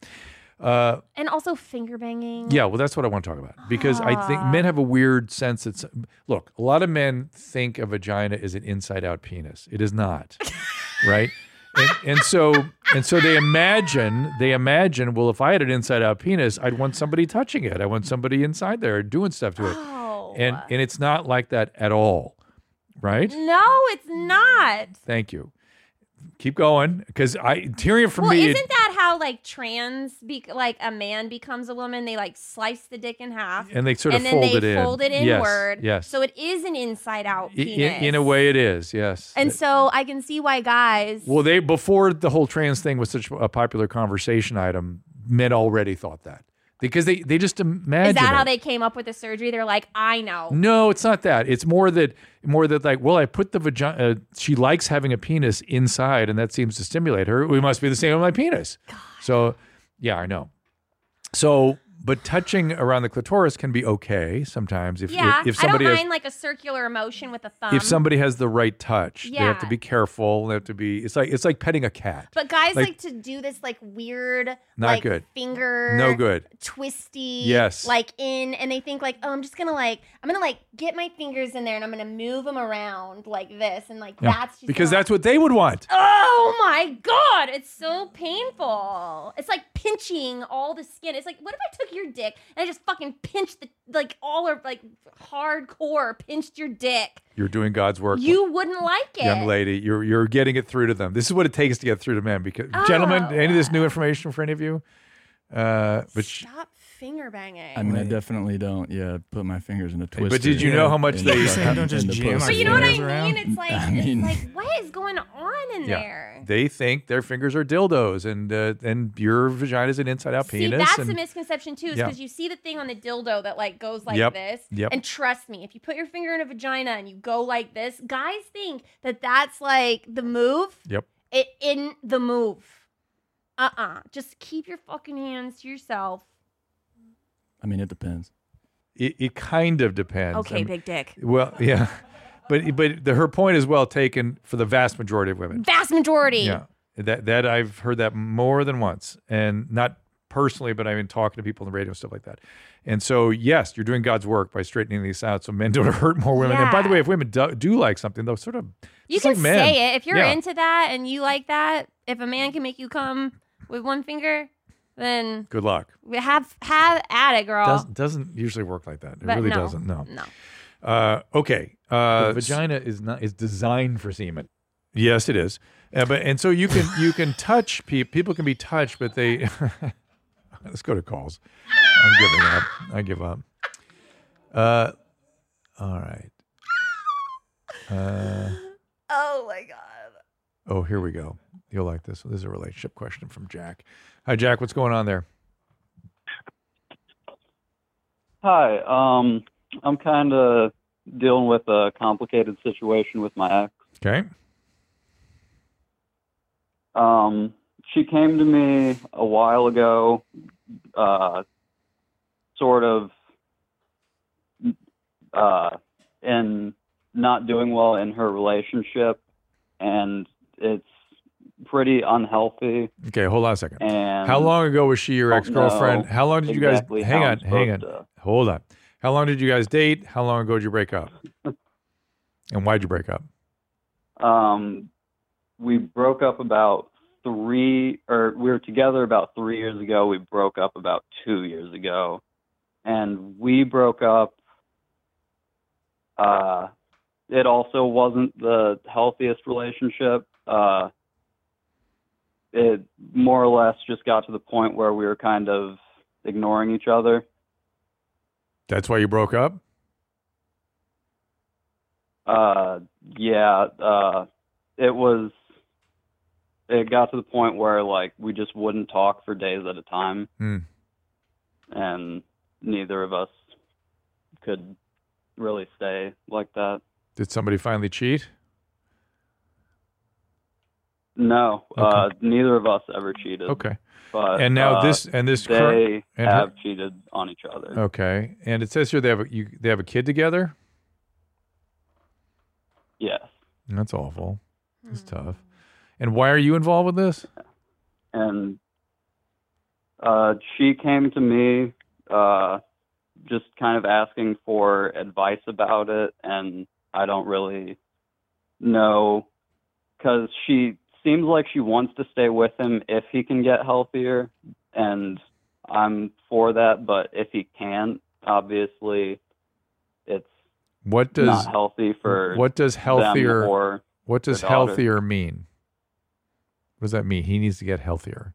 [SPEAKER 4] Uh,
[SPEAKER 10] And also finger banging.
[SPEAKER 4] Yeah, well, that's what I want to talk about because I think
[SPEAKER 10] Ah.
[SPEAKER 4] men have a weird sense that some- look, a lot of men think a vagina is an inside-out penis. It is not,
[SPEAKER 10] (laughs)
[SPEAKER 4] right? And, and so and so they imagine they imagine well, if I had an inside-out penis, I'd want somebody touching it. I want somebody inside there doing stuff to it.
[SPEAKER 10] Oh.
[SPEAKER 4] And and it's not like that at all, right?
[SPEAKER 10] No, it's not.
[SPEAKER 4] Thank you. Keep going because I hearing it from
[SPEAKER 10] well,
[SPEAKER 4] me. it-
[SPEAKER 10] isn't that how like trans, be- like a man becomes a woman? They like slice the dick in half,
[SPEAKER 4] And they sort of
[SPEAKER 10] and then
[SPEAKER 4] fold
[SPEAKER 10] they
[SPEAKER 4] it in.
[SPEAKER 10] fold it
[SPEAKER 4] Yes,
[SPEAKER 10] inward.
[SPEAKER 4] yes.
[SPEAKER 10] So it is an inside out
[SPEAKER 4] i- i-
[SPEAKER 10] penis.
[SPEAKER 4] in a way, it is yes.
[SPEAKER 10] and so I can see why guys.
[SPEAKER 4] Well, they before the whole trans thing was such a popular conversation item, men already thought that because they they just imagine.
[SPEAKER 10] Is that how
[SPEAKER 4] it.
[SPEAKER 10] they came up with the surgery? They're like, I know.
[SPEAKER 4] No, it's not that. It's more that more that like, well, I put the vagina. Uh, she likes having a penis inside, and that seems to stimulate her. We must be the same with my penis. So, yeah, I know. So, but touching around the clitoris can be okay sometimes if
[SPEAKER 10] yeah,
[SPEAKER 4] if, if somebody
[SPEAKER 10] I don't
[SPEAKER 4] has,
[SPEAKER 10] mind like a circular emotion with a thumb.
[SPEAKER 4] if somebody has the right touch, they have to
[SPEAKER 10] Yeah.
[SPEAKER 4] be careful. They have to be. It's like it's like petting a cat.
[SPEAKER 10] But guys
[SPEAKER 4] Like-
[SPEAKER 10] like, to do this like weird,
[SPEAKER 4] Not
[SPEAKER 10] like
[SPEAKER 4] good.
[SPEAKER 10] finger,
[SPEAKER 4] No good.
[SPEAKER 10] twisty,
[SPEAKER 4] Yes.
[SPEAKER 10] like in, and they think like, oh, I'm just gonna like, I'm gonna like get my fingers in there and I'm gonna move them around like this and like
[SPEAKER 4] Yeah,
[SPEAKER 10] that's just
[SPEAKER 4] because
[SPEAKER 10] gonna-
[SPEAKER 4] that's what they would want.
[SPEAKER 10] Oh my god, it's so painful. It's like pinching all the skin. It's like, what if I took your dick and I just fucking pinched the like all of like hardcore pinched your dick?
[SPEAKER 4] You're doing God's work,
[SPEAKER 10] You wouldn't like it.
[SPEAKER 4] young lady. You're you're getting it through to them. This is what it takes to get through to men. Because gentlemen,
[SPEAKER 10] Oh.
[SPEAKER 4] any of this new information for any of you? Uh, but sh-
[SPEAKER 10] Stop finger banging.
[SPEAKER 16] I mean, I definitely don't. Yeah, put my fingers in a twist.
[SPEAKER 4] But did you know how much they- You're saying don't just jam our
[SPEAKER 10] But you know what I mean?
[SPEAKER 4] fingers around?
[SPEAKER 10] It's like
[SPEAKER 4] I mean-
[SPEAKER 10] it's like what is going on in there?
[SPEAKER 4] they think their fingers are dildos, and uh, and your vagina is an inside-out
[SPEAKER 10] See,
[SPEAKER 4] penis.
[SPEAKER 10] that's
[SPEAKER 4] and
[SPEAKER 10] a misconception too, is
[SPEAKER 4] Yeah.
[SPEAKER 10] because you see the thing on the dildo that like goes like
[SPEAKER 4] Yep.
[SPEAKER 10] this.
[SPEAKER 4] Yep.
[SPEAKER 10] And trust me, if you put your finger in a vagina and you go like this, guys think that that's like the move.
[SPEAKER 4] Yep.
[SPEAKER 10] It in the move. Uh uh Just keep your fucking hands to yourself.
[SPEAKER 16] I mean, it depends.
[SPEAKER 4] It, it kind of depends.
[SPEAKER 10] Okay,
[SPEAKER 4] I mean-
[SPEAKER 10] big dick.
[SPEAKER 4] Well, (laughs) yeah, but but the, her point is well taken for the vast majority of women.
[SPEAKER 10] Vast majority.
[SPEAKER 4] Yeah, that that I've heard that more than once, and not personally, but I've been talking to people on the radio and stuff like that. And so, yes, you're doing God's work by straightening these out, so men don't (laughs) hurt more women. And by the way, if women do, do like something, they'll sort of
[SPEAKER 10] You
[SPEAKER 4] just
[SPEAKER 10] can
[SPEAKER 4] like men.
[SPEAKER 10] say it. If you're
[SPEAKER 4] Yeah.
[SPEAKER 10] into that and you like that, if a man can make you come with one finger, then
[SPEAKER 4] Good luck.
[SPEAKER 10] have have at it, girl.
[SPEAKER 4] Doesn't doesn't usually work like that. It
[SPEAKER 10] But
[SPEAKER 4] really
[SPEAKER 10] no.
[SPEAKER 4] doesn't. No.
[SPEAKER 10] No.
[SPEAKER 4] Uh, okay. Uh,
[SPEAKER 16] The vagina
[SPEAKER 4] is not is designed for semen. Yes, it is. Uh, but and so you can you can touch people. People can be touched, but they. (laughs) Let's go to calls. I'm giving up. I give up. Uh, all right. Uh,
[SPEAKER 10] Oh my god.
[SPEAKER 4] oh, here we go. You'll like this. This is a relationship question from Jack. Hi, Jack. What's going on there?
[SPEAKER 18] Hi. Um, I'm kind of dealing with a complicated situation with my ex.
[SPEAKER 4] Okay.
[SPEAKER 18] Um, she came to me a while ago, uh, sort of uh, in not doing well in her relationship, and it's pretty unhealthy.
[SPEAKER 4] Okay, hold on a second.
[SPEAKER 18] And
[SPEAKER 4] How long ago was she your
[SPEAKER 18] don't
[SPEAKER 4] ex girlfriend?
[SPEAKER 18] know
[SPEAKER 4] How long did you
[SPEAKER 18] exactly
[SPEAKER 4] guys hang
[SPEAKER 18] how
[SPEAKER 4] on,
[SPEAKER 18] it's
[SPEAKER 4] hang on, hold on. How long did you guys date? How long ago did you break
[SPEAKER 18] (laughs)
[SPEAKER 4] up? and why'd you break up?
[SPEAKER 18] Um, we broke up about three, or we were together about three years ago. We broke up about two years ago, and we broke up. Uh, it also wasn't the healthiest relationship. Uh, it more or less just got to the point where we were kind of ignoring each other.
[SPEAKER 4] That's why you broke up?
[SPEAKER 18] uh yeah uh it was it got to the point where like we just wouldn't talk for days at a time
[SPEAKER 4] Hmm.
[SPEAKER 18] and neither of us could really stay like that
[SPEAKER 4] Did somebody finally cheat?
[SPEAKER 18] no uh neither of us ever cheated
[SPEAKER 4] Okay.
[SPEAKER 18] but
[SPEAKER 4] And now
[SPEAKER 18] uh,
[SPEAKER 4] this- and this cur-
[SPEAKER 18] they
[SPEAKER 4] and her-
[SPEAKER 18] have cheated on each other
[SPEAKER 4] Okay. And it says here they have a, you, they have a kid together.
[SPEAKER 18] yes
[SPEAKER 4] That's awful. It's tough. And why are you involved with this?
[SPEAKER 18] and uh, she came to me uh, just kind of asking for advice about it, and I don't really know because she seems like she wants to stay with him if he can get healthier, and I'm for that, but if he can't, obviously it's
[SPEAKER 4] What does
[SPEAKER 18] not healthy for
[SPEAKER 4] what does
[SPEAKER 18] them
[SPEAKER 4] healthier
[SPEAKER 18] or
[SPEAKER 4] what does
[SPEAKER 18] their daughter.
[SPEAKER 4] healthier mean? What does that mean? He needs to get healthier.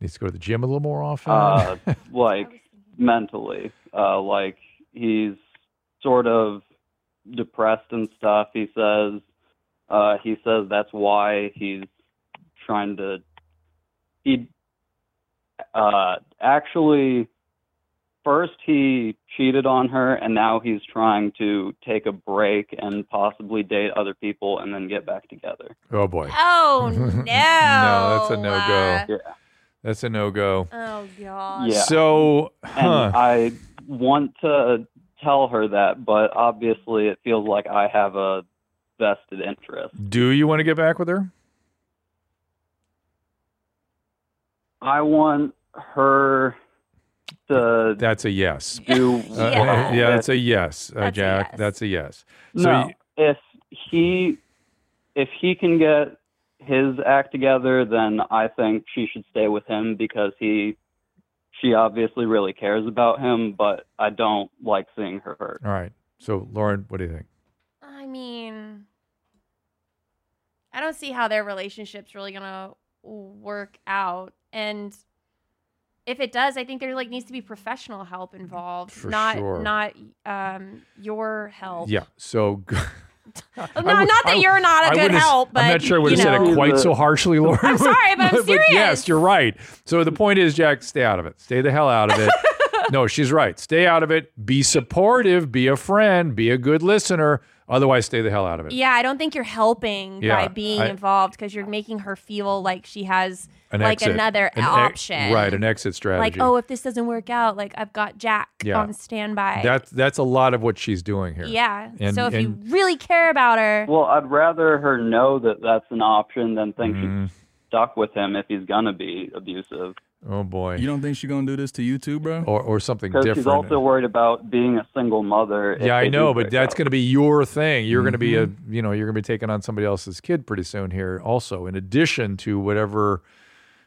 [SPEAKER 4] Needs to go to the gym a little more often.
[SPEAKER 18] uh, like mentally. Uh, like he's sort of depressed and stuff. He says uh, he says that's why he's trying to. He uh, actually first he cheated on her, and now he's trying to take a break and possibly date other people and then get back together.
[SPEAKER 4] oh boy.
[SPEAKER 10] Oh no.
[SPEAKER 4] (laughs) no, that's a no go.
[SPEAKER 18] Yeah.
[SPEAKER 4] That's a no go.
[SPEAKER 10] Oh god.
[SPEAKER 18] Yeah.
[SPEAKER 4] So, huh.
[SPEAKER 18] and I want to tell her that, but obviously it feels like I have a vested interest.
[SPEAKER 4] Do you want to get back with her?
[SPEAKER 18] I want her to
[SPEAKER 4] That's a yes.
[SPEAKER 18] (laughs)
[SPEAKER 4] Uh,
[SPEAKER 18] do what-
[SPEAKER 4] yeah, that's a yes, uh, Jack. That's a yes. So
[SPEAKER 18] no,
[SPEAKER 4] you-
[SPEAKER 18] if he if he can get his act together, then I think she should stay with him because he she obviously really cares about him, but I don't like seeing her hurt.
[SPEAKER 4] all right. So, Lauren, what do you think?
[SPEAKER 10] I mean, I don't see how their relationship's really gonna work out, and if it does, I think there like needs to be professional help involved,
[SPEAKER 4] For
[SPEAKER 10] not
[SPEAKER 4] sure.
[SPEAKER 10] not um your help.
[SPEAKER 4] Yeah. So, no,
[SPEAKER 10] Oh, no, not that you're not a good help, but
[SPEAKER 4] I'm
[SPEAKER 10] (laughs)
[SPEAKER 4] not sure I would have
[SPEAKER 10] you
[SPEAKER 4] said
[SPEAKER 10] know.
[SPEAKER 4] it quite so harshly, Lauren. (laughs)
[SPEAKER 10] I'm sorry, (laughs) but I'm
[SPEAKER 4] yes,
[SPEAKER 10] serious.
[SPEAKER 4] you're right. So the point is, Jack, stay out of it. Stay the hell out of
[SPEAKER 10] (laughs)
[SPEAKER 4] it. no, she's right. Stay out of it. Be supportive. Be a friend. Be a good listener. Otherwise, stay the hell out of it.
[SPEAKER 10] Yeah, I don't think you're helping
[SPEAKER 4] Yeah,
[SPEAKER 10] by being
[SPEAKER 4] I-
[SPEAKER 10] involved because you're making her feel like she has
[SPEAKER 4] An
[SPEAKER 10] like
[SPEAKER 4] exit.
[SPEAKER 10] another
[SPEAKER 4] An ex-
[SPEAKER 10] option.
[SPEAKER 4] right. An exit
[SPEAKER 10] Like,
[SPEAKER 4] strategy.
[SPEAKER 10] oh, if this doesn't work out, like I've got Jack
[SPEAKER 4] Yeah.
[SPEAKER 10] on standby.
[SPEAKER 4] That's that's a lot of what she's doing here.
[SPEAKER 10] Yeah.
[SPEAKER 4] And-
[SPEAKER 10] so if
[SPEAKER 4] and-
[SPEAKER 10] you really care about her,
[SPEAKER 18] Well, I'd rather her know that that's an option than think
[SPEAKER 4] Mm-hmm.
[SPEAKER 18] she's stuck with him if he's gonna be abusive.
[SPEAKER 4] Oh boy.
[SPEAKER 16] You don't think she's gonna do this to you too, bro?
[SPEAKER 4] Or or something
[SPEAKER 18] Because she's also worried about being a single mother. if
[SPEAKER 4] Yeah, I
[SPEAKER 18] they do
[SPEAKER 4] know, but
[SPEAKER 18] break
[SPEAKER 4] that's
[SPEAKER 18] up.
[SPEAKER 4] going to be your thing. You're going to be a,
[SPEAKER 10] Mm-hmm.
[SPEAKER 4] you know, you're going to be taking on somebody else's kid pretty soon here, also. In addition to whatever,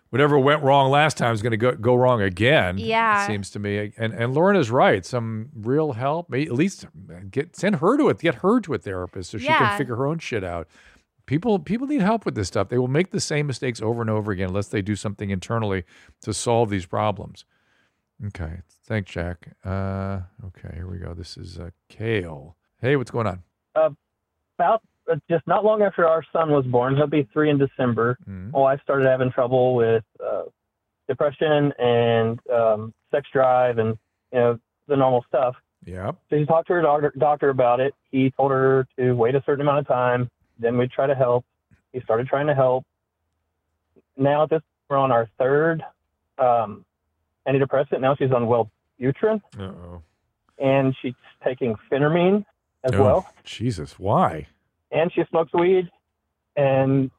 [SPEAKER 4] whatever went wrong last time is going to go go wrong again.
[SPEAKER 10] Yeah.
[SPEAKER 4] it seems to me. And and Lauren is right. Some real help, may- at least get send her to it. Get her to a therapist so she
[SPEAKER 10] Yeah.
[SPEAKER 4] can figure her own shit out. People people need help with this stuff. They will make the same mistakes over and over again unless they do something internally to solve these problems. Okay. Thanks, Jack. Uh, okay, here we go. This is uh, Kale. Hey, what's going on?
[SPEAKER 19] about uh, just not long after our son was born, he'll be three in December. Oh, I started having trouble with uh, depression and um, sex drive, and you know the normal stuff.
[SPEAKER 4] Yep.
[SPEAKER 19] So she talked to her doctor, doctor about it. He told her to wait a certain amount of time. Then we'd try to help. He started trying to help. Now at this, we're on our third um, antidepressant. Now she's on Wellbutrin,
[SPEAKER 4] Uh oh.
[SPEAKER 19] and she's taking phenermine as well.
[SPEAKER 4] Jesus, why?
[SPEAKER 19] and she smokes weed. And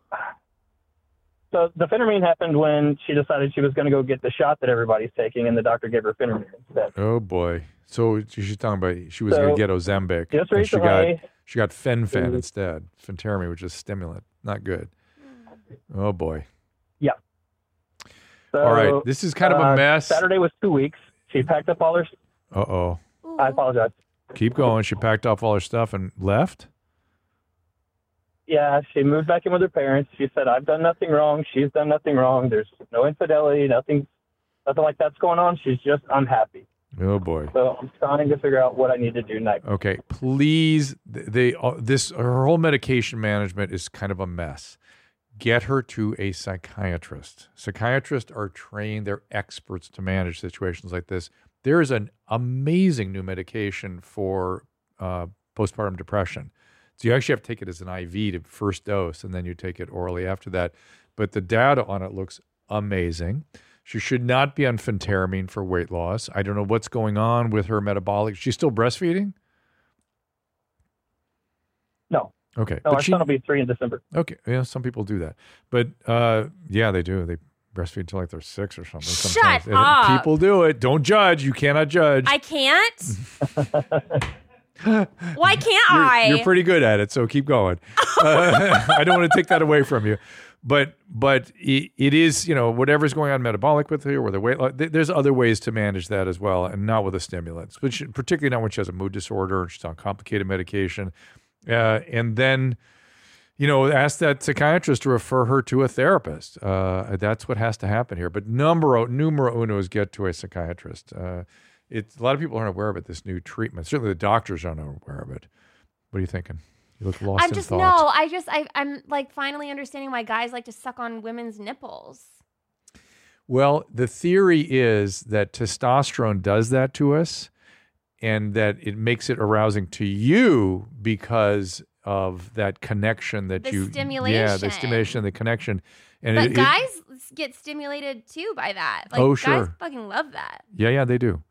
[SPEAKER 19] so the phenermine happened when she decided she was going to go get the shot that everybody's taking, and the doctor gave her phenermine instead.
[SPEAKER 4] Oh boy. So she's talking about she was
[SPEAKER 19] So,
[SPEAKER 4] gonna get Ozembic.
[SPEAKER 19] just
[SPEAKER 4] and she got
[SPEAKER 19] recently-
[SPEAKER 4] she got Fenfen instead. Fentermine, which is stimulant. Not good. Oh boy.
[SPEAKER 19] Yeah. So,
[SPEAKER 4] All right, this is kind of a
[SPEAKER 19] uh,
[SPEAKER 4] mess.
[SPEAKER 19] Saturday was two weeks. She packed up all her.
[SPEAKER 4] Uh oh.
[SPEAKER 19] I apologize.
[SPEAKER 4] Keep going. She packed off all her stuff and left.
[SPEAKER 19] Yeah, she moved back in with her parents. She said, "I've done nothing wrong. She's done nothing wrong. There's no infidelity. Nothing, nothing like that's going on. She's just unhappy."
[SPEAKER 4] Oh boy.
[SPEAKER 19] So I'm trying to figure out what I need to do next.
[SPEAKER 4] Okay, please. th- They uh, this her whole medication management is kind of a mess. Get her to a psychiatrist. Psychiatrists are trained; they're experts to manage situations like this. There is an amazing new medication for uh, postpartum depression. So you actually have to take it as an IV to first dose, and then you take it orally after that. But the data on it looks amazing. She should not be on phentermine for weight loss. I don't know what's going on with her metabolic. She's still breastfeeding.
[SPEAKER 19] No.
[SPEAKER 4] Okay.
[SPEAKER 19] No,
[SPEAKER 4] but
[SPEAKER 19] our
[SPEAKER 4] she-
[SPEAKER 19] son will be three in December.
[SPEAKER 4] Okay. Yeah, some people do that. But uh, yeah, they do. They breastfeed until like they're six or something.
[SPEAKER 10] Shut
[SPEAKER 4] sometimes. And
[SPEAKER 10] up.
[SPEAKER 4] People do it. Don't judge. You cannot judge.
[SPEAKER 10] I
[SPEAKER 4] (laughs)
[SPEAKER 10] can't. Why can't
[SPEAKER 4] you're,
[SPEAKER 10] I?
[SPEAKER 4] you're pretty good at it, so keep
[SPEAKER 10] (laughs)
[SPEAKER 4] going. (laughs) Uh, I don't want to take that away from you, but but it, it is you know whatever's going on metabolic with her or the weight. loss, th- There's other ways to manage that as well, and not with a stimulant, which particularly not when she has a mood disorder and she's on complicated medication, uh, and then. You know, ask that psychiatrist to refer her to a therapist. Uh, that's what has to happen here. But numero numero uno is get to a psychiatrist. Uh, it's a lot of people aren't aware of it. This new treatment, certainly the doctors aren't aware of it. What are you thinking? You look lost
[SPEAKER 10] I'm
[SPEAKER 4] in
[SPEAKER 10] just
[SPEAKER 4] thought.
[SPEAKER 10] no. I just I, I'm like finally understanding why guys like to suck on women's nipples.
[SPEAKER 4] Well, the theory is that testosterone does that to us and that it makes it arousing to you because of that connection that
[SPEAKER 10] The
[SPEAKER 4] you Yeah,
[SPEAKER 10] stimulation.
[SPEAKER 4] the stimulation, the connection. And
[SPEAKER 10] but
[SPEAKER 4] it- it-
[SPEAKER 10] guys get stimulated too by that. Like
[SPEAKER 4] Oh,
[SPEAKER 10] guys
[SPEAKER 4] sure.
[SPEAKER 10] fucking love that.
[SPEAKER 4] Yeah, yeah, they do.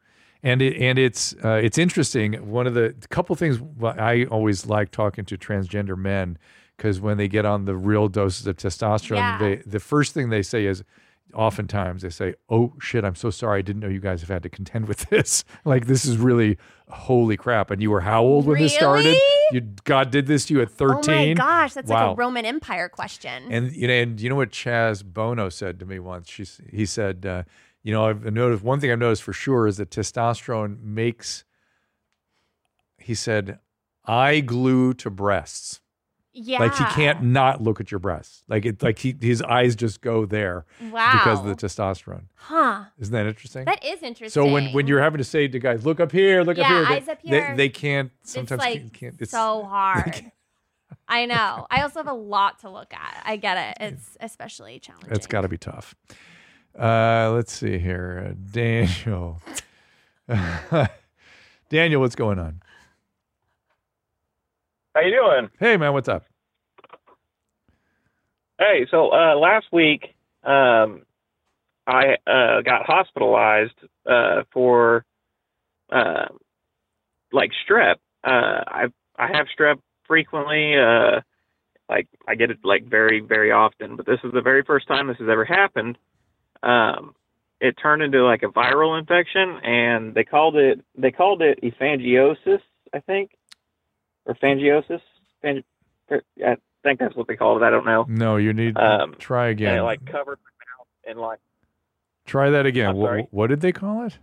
[SPEAKER 4] And it, and it's uh, it's interesting. One of the couple things wh- I always like talking to transgender men because when they get on the real doses of testosterone,
[SPEAKER 10] Yeah.
[SPEAKER 4] they, the first thing they say is, oftentimes they say, "Oh shit, I'm so sorry. I didn't know you guys have had to contend with this. (laughs) like this is really holy crap." And you were how old when this started?
[SPEAKER 10] Really?
[SPEAKER 4] You God did this to you at
[SPEAKER 10] Oh my
[SPEAKER 4] thirteen.
[SPEAKER 10] gosh, that's
[SPEAKER 4] wow.
[SPEAKER 10] like a Roman Empire question.
[SPEAKER 4] And you know, and you know what Chaz Bono said to me once. She s- he said, uh, you know, I've noticed one thing I've noticed for sure is that testosterone makes. He said, "I glue to breasts." Like he
[SPEAKER 10] Yeah.
[SPEAKER 4] can't not look at your breasts. Like it, like he, his eyes just go there because of
[SPEAKER 10] Wow.
[SPEAKER 4] the testosterone.
[SPEAKER 10] huh?
[SPEAKER 4] Isn't that interesting?
[SPEAKER 10] That is
[SPEAKER 4] So when, when
[SPEAKER 10] interesting.
[SPEAKER 4] you're having to say to guys, look up here, look
[SPEAKER 10] Yeah,
[SPEAKER 4] up here, they-
[SPEAKER 10] eyes up
[SPEAKER 4] they,
[SPEAKER 10] here.
[SPEAKER 4] They, can't
[SPEAKER 10] It's
[SPEAKER 4] sometimes
[SPEAKER 10] like
[SPEAKER 4] can't. It's
[SPEAKER 10] so
[SPEAKER 4] (laughs)
[SPEAKER 10] hard. I know. I also have a lot to look at. I get it. It's especially challenging.
[SPEAKER 4] It's got to be tough. Uh, let's see here, uh, Daniel. (laughs) Daniel, what's going on?
[SPEAKER 20] How you doing?
[SPEAKER 4] Hey, man, what's up?
[SPEAKER 20] Hey, so uh, last week um, I uh, got hospitalized uh, for uh, like strep. Uh, I I have strep frequently. Uh, like I get it like very very often, but this is the very first time this has ever happened. Um, it turned into like a viral infection, and they called it they called it ephangiosis, I think, or fangiosis. Fang- I think that's what they called it. I don't know.
[SPEAKER 4] No, you need try
[SPEAKER 20] And
[SPEAKER 4] again.
[SPEAKER 20] it Um, like covered my mouth and like
[SPEAKER 4] try that again.
[SPEAKER 20] I'm
[SPEAKER 4] Wh-
[SPEAKER 20] sorry.
[SPEAKER 4] wh- what did they call it?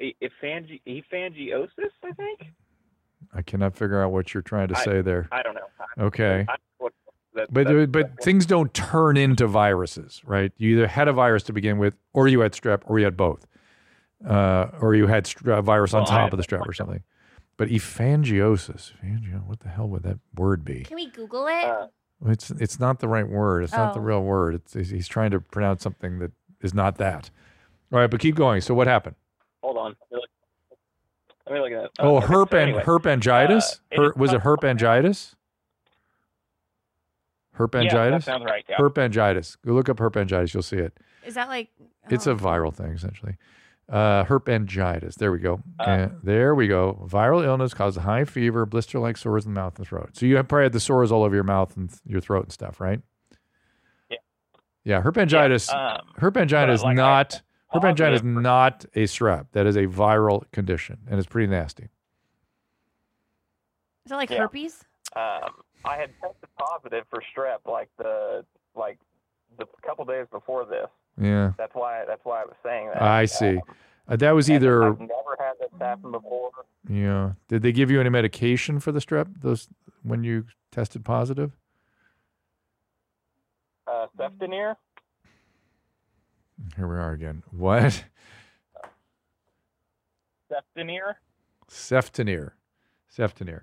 [SPEAKER 20] e- ephangi- ephangiosis, I think.
[SPEAKER 4] I cannot figure out what you're trying to
[SPEAKER 20] I-
[SPEAKER 4] say there.
[SPEAKER 20] I don't know. I-
[SPEAKER 4] Okay.
[SPEAKER 20] I- what- that-
[SPEAKER 4] but
[SPEAKER 20] that-
[SPEAKER 4] but things don't turn into viruses, right? You either had a virus to begin with, or you had strep, or you had both, uh, or you had stra- virus on
[SPEAKER 20] Well, I-
[SPEAKER 4] top of the strep or something. But ephangiosis, phangio, what the hell would that word be?
[SPEAKER 10] Can we Google it?
[SPEAKER 4] Well, It's it's not the right word. It's not the
[SPEAKER 10] Oh.
[SPEAKER 4] real word. It's, he's- he's trying to pronounce something that is not that. All right, but keep going. So what happened?
[SPEAKER 20] one. Let me look, let me look at it.
[SPEAKER 4] Oh,
[SPEAKER 20] Okay, so
[SPEAKER 4] herp and
[SPEAKER 20] Uh, anyway,
[SPEAKER 4] herpangitis.
[SPEAKER 20] uh,
[SPEAKER 4] Her,
[SPEAKER 20] it-
[SPEAKER 4] was it herpangitis? Herpangitis.
[SPEAKER 20] sounds right, yeah.
[SPEAKER 4] Herpangitis. Go look up herpangitis. You'll see it.
[SPEAKER 10] Is that like oh.
[SPEAKER 4] It's a viral thing essentially. Uh, herpangitis. There we go. Uh, there we go. Viral illness causes high fever, blister-like sores in the mouth and throat. So you have probably had the sores all over your mouth and th- your throat and stuff, right?
[SPEAKER 20] Yeah.
[SPEAKER 4] Yeah. Herpangitis.
[SPEAKER 20] Yeah, um,
[SPEAKER 4] herpangina
[SPEAKER 20] but,
[SPEAKER 4] is
[SPEAKER 20] like, I-
[SPEAKER 4] not. Herpangina
[SPEAKER 20] Positive
[SPEAKER 4] is not a strep. That is a viral condition, and it's pretty nasty.
[SPEAKER 10] Is it like
[SPEAKER 20] Yeah.
[SPEAKER 10] herpes?
[SPEAKER 20] Um, I had tested positive for strep like the like the couple days before this.
[SPEAKER 4] Yeah.
[SPEAKER 20] That's why that's why I was saying that. Um,
[SPEAKER 4] I see. Uh, that was either.
[SPEAKER 20] I've never had this happen before.
[SPEAKER 4] Yeah. Did they give you any medication for the strep? Those when you tested positive?
[SPEAKER 20] Uh, Ceftonir?
[SPEAKER 4] Here we are again. (laughs) What?
[SPEAKER 20] Ceftonir?
[SPEAKER 4] Ceftonir. Ceftonir.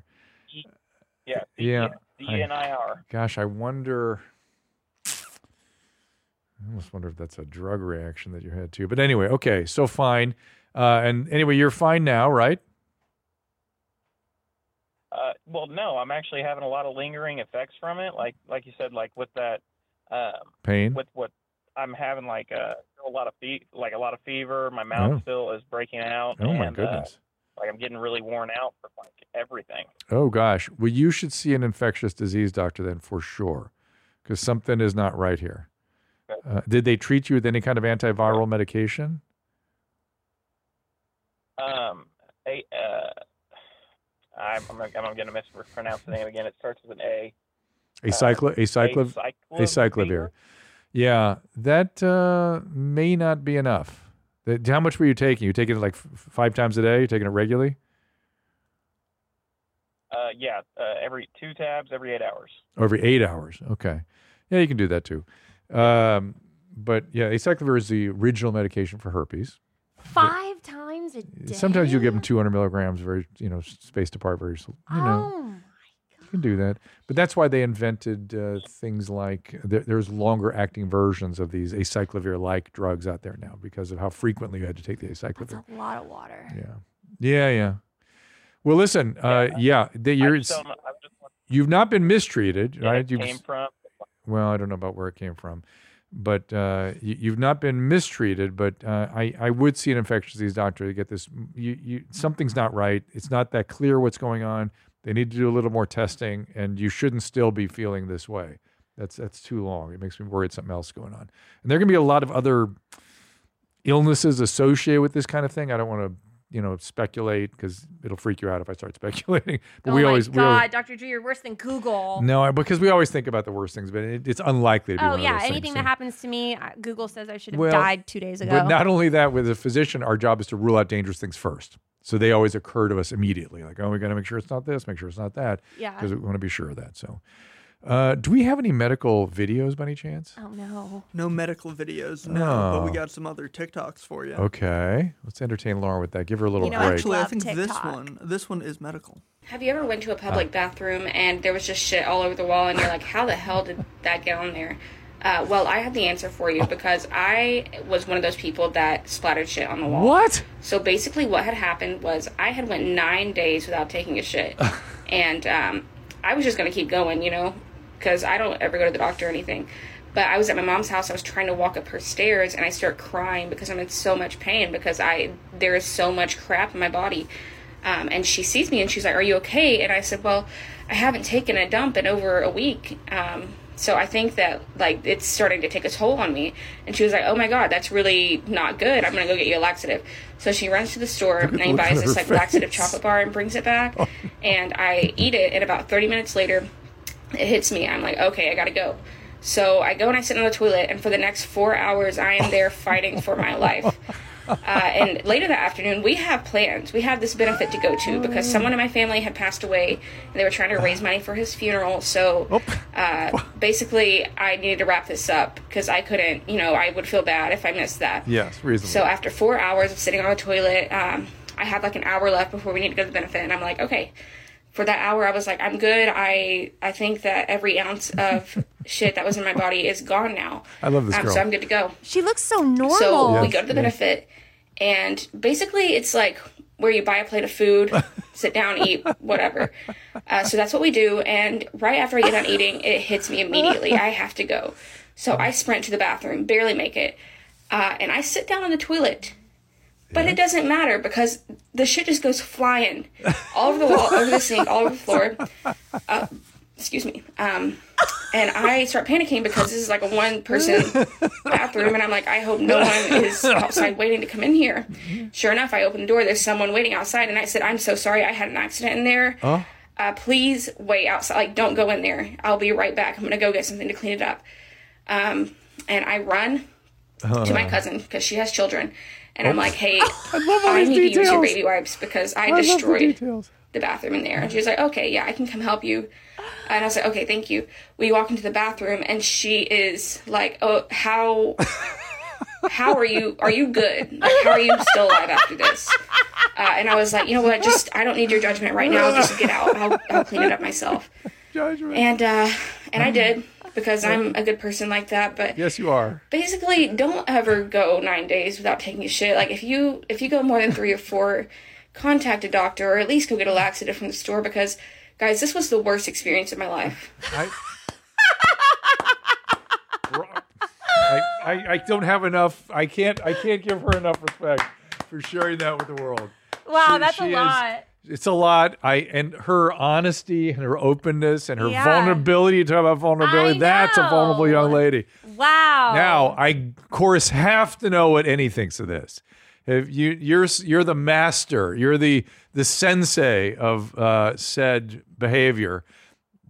[SPEAKER 20] Yeah.
[SPEAKER 4] Yeah. I-
[SPEAKER 20] DNIR.
[SPEAKER 4] Gosh, I wonder. I almost wonder if that's a drug reaction that you had too. But anyway, okay, so fine. Uh, and anyway, you're fine now, right?
[SPEAKER 20] Uh, well, no, I'm actually having a lot of lingering effects from it. Like like you said, like with that um,
[SPEAKER 4] Pain?
[SPEAKER 20] With what I'm having, like uh, a lot of fe- like a lot of fever. My mouth
[SPEAKER 4] Oh.
[SPEAKER 20] still is breaking out.
[SPEAKER 4] Oh, my
[SPEAKER 20] and, uh,
[SPEAKER 4] goodness.
[SPEAKER 20] like I'm getting really worn out from like everything.
[SPEAKER 4] Oh gosh. Well, you should see an infectious disease doctor then for sure, because something is not right here. Uh, did they treat you with any kind of antiviral medication?
[SPEAKER 20] Um, a, uh, I'm I'm, gonna- I'm going to mispronounce the name again. It starts with an A.
[SPEAKER 4] Acyclo- acyclo- acyclovir. Yeah, that uh, may not be enough. That, how much were you taking? You taking it like f- five times a day? You taking it regularly?
[SPEAKER 20] Uh, yeah, uh, every two tabs every eight hours.
[SPEAKER 4] Over eight hours. Okay. Yeah, you can do that too. Um, but yeah, acyclovir is the original medication for herpes.
[SPEAKER 10] Five times a day.
[SPEAKER 4] Sometimes you give them 200 milligrams, very you know spaced apart, very s- you know.
[SPEAKER 10] Oh my
[SPEAKER 4] You can do that, but that's why they invented uh, things like there, there's longer acting versions of these acyclovir-like drugs out there now because of how frequently you had to take the acyclovir.
[SPEAKER 10] a lot of water.
[SPEAKER 4] Yeah. Yeah, yeah. Well, listen, uh, yeah, that you're,
[SPEAKER 20] just don't- I'm just
[SPEAKER 4] you've not been mistreated,
[SPEAKER 20] wondering where
[SPEAKER 4] right?
[SPEAKER 20] it
[SPEAKER 4] You've,
[SPEAKER 20] came from.
[SPEAKER 4] Well, I don't know about where it came from, but uh, you, you've not been mistreated. But uh, I, I would see an infectious disease doctor to get this. You, you, something's not right. It's not that clear what's going on. They need to do a little more testing, and you shouldn't still be feeling this way. That's that's too long. It makes me worried something else going on. And there are going to be a lot of other illnesses associated with this kind of thing. I don't want to, you know, speculate because it'll freak you out if I start (laughs) speculating. But
[SPEAKER 10] oh
[SPEAKER 4] we
[SPEAKER 10] my
[SPEAKER 4] always,
[SPEAKER 10] God,
[SPEAKER 4] we always,
[SPEAKER 10] Dr. Drew, you're worse than Google.
[SPEAKER 4] no, I- because we always think about the worst things, but it, it's unlikely to be.
[SPEAKER 10] Oh
[SPEAKER 4] one of
[SPEAKER 10] yeah,
[SPEAKER 4] those
[SPEAKER 10] anything
[SPEAKER 4] things,
[SPEAKER 10] that
[SPEAKER 4] so-
[SPEAKER 10] happens to me, I- Google says I should have
[SPEAKER 4] Well,
[SPEAKER 10] died two days ago.
[SPEAKER 4] But not only that, with a physician, our job is to rule out dangerous things first. So they always occur to us immediately, like, oh, we got to make sure it's not this, make sure it's not that,
[SPEAKER 10] Yeah.
[SPEAKER 4] because we want to be sure of that. So, uh, do we have any medical videos by any
[SPEAKER 21] Uh,
[SPEAKER 4] chance?
[SPEAKER 10] oh no.
[SPEAKER 21] No medical videos, no, but we
[SPEAKER 4] Oh.
[SPEAKER 21] got some other TikToks for you.
[SPEAKER 4] Okay, let's entertain Laura with that. Give her a little
[SPEAKER 10] You know,
[SPEAKER 4] break.
[SPEAKER 21] Actually, I
[SPEAKER 10] love
[SPEAKER 21] think this
[SPEAKER 10] TikTok.
[SPEAKER 21] one, this one is medical.
[SPEAKER 22] Have you ever went to a public bathroom and there was just shit all over the wall and you're like, how the hell did that get on there? Uh, well, I have the answer for you because I was one of those people that splattered shit on the wall.
[SPEAKER 4] What?
[SPEAKER 22] So basically, what had happened was I had went nine days without taking a shit, and um, I was just gonna keep going, you know, because I don't ever go to the doctor or anything. But I was at my mom's house. I was trying to walk up her stairs, and I start crying because I'm in so much pain because I there is so much crap in my body. Um, and she sees me and she's like, "Are you okay?" And I said, "Well, I haven't taken a dump in over a week." Um, so I think that like it's starting to take a toll on me. And she was like, "Oh my god, that's really not good. I'm gonna go get you a laxative." So she runs to the store
[SPEAKER 23] Look at
[SPEAKER 22] and
[SPEAKER 23] the
[SPEAKER 22] he
[SPEAKER 23] look on
[SPEAKER 22] buys this
[SPEAKER 23] her
[SPEAKER 22] like laxative
[SPEAKER 23] face. Oh.
[SPEAKER 22] chocolate bar and brings
[SPEAKER 23] (laughs)
[SPEAKER 22] it back. And I eat it, and about 30 minutes later, it hits me. I'm like, "Okay, I gotta go." So I go and I sit on the toilet, and for the next four hours, I am there fighting for my life uh, and later that afternoon, we have plans. We have this benefit to go to because someone in my family had passed away, and they were trying to raise money for his funeral. So, uh, basically, I needed to wrap this up because I couldn't. You know, I would feel bad if I missed that.
[SPEAKER 4] Yes, reasonable.
[SPEAKER 22] So after four hours of sitting on the toilet, um, I had like an hour left before we need to go to the benefit, and I'm like, okay. For that hour, I was like, I'm good. I I think that every ounce of (laughs) shit that was in my body is gone now.
[SPEAKER 4] I love this
[SPEAKER 22] um,
[SPEAKER 4] girl.
[SPEAKER 22] So I'm good to go.
[SPEAKER 10] She looks so normal.
[SPEAKER 22] So we
[SPEAKER 4] Yes,
[SPEAKER 22] go to the
[SPEAKER 4] yes.
[SPEAKER 22] benefit, and basically it's like where you buy a plate of
[SPEAKER 4] (laughs)
[SPEAKER 22] food, sit down, eat whatever. Uh, so that's what we do. And right after I get done eating, it hits me immediately. I have to go. So I sprint to the bathroom, barely make it, uh, and I sit down on the toilet. But it doesn't matter because the shit just goes flying all over the wall, over the sink, all over the
[SPEAKER 4] (laughs)
[SPEAKER 22] floor. Uh, excuse me. Um, and I start panicking because this is like a one person
[SPEAKER 4] (laughs)
[SPEAKER 22] bathroom, and I'm like, I hope no one is outside waiting to come in here. Sure enough, I open the door. There's someone waiting outside, and I said, I'm so sorry. I had an accident in there.
[SPEAKER 4] Oh.
[SPEAKER 22] Uh, please wait outside. Like, don't go in there. I'll be right back. I'm gonna go get something to clean it up. Um, and I run to my cousin because she has children, and I'm
[SPEAKER 4] Uh-huh.
[SPEAKER 22] like,
[SPEAKER 4] Oops. (laughs)
[SPEAKER 22] Hey, I,
[SPEAKER 4] love all these
[SPEAKER 22] need to use your
[SPEAKER 4] details.
[SPEAKER 22] baby wipes because I,
[SPEAKER 4] I love the
[SPEAKER 22] destroyed
[SPEAKER 4] details.
[SPEAKER 22] the bathroom in there. And she was like, okay, yeah, I can come help you. And I was like, okay, thank you. We walk into the bathroom and she is like, oh, how, how are you? Are you good? Like, how are you still alive after this? Uh, and I was like, you know what? Just, I don't need your judgment right now. Just get out. I'll, I'll clean it up myself.
[SPEAKER 4] Judgment.
[SPEAKER 22] And, uh, and I did because I'm a good person like that. But
[SPEAKER 4] Yes, you are.
[SPEAKER 22] basically don't ever go nine days without taking a shit like if you if you go more than three or four contact a doctor or at least go get a laxative from the store because guys this was the worst experience of my life
[SPEAKER 4] I, I, I, I don't have enough. I can't. I can't give her enough respect for sharing that with the world.
[SPEAKER 10] Wow,
[SPEAKER 4] She-
[SPEAKER 10] that's
[SPEAKER 4] she
[SPEAKER 10] a
[SPEAKER 4] is-
[SPEAKER 10] lot.
[SPEAKER 4] It's a lot. I and her honesty and her openness and her
[SPEAKER 10] Yeah.
[SPEAKER 4] vulnerability. You talk about vulnerability. That's a vulnerable young lady.
[SPEAKER 18] Oh.
[SPEAKER 10] Wow.
[SPEAKER 4] Now I, of course, have to know what Annie thinks of this. If you you're you're the master, you're the the sensei of uh, said behavior.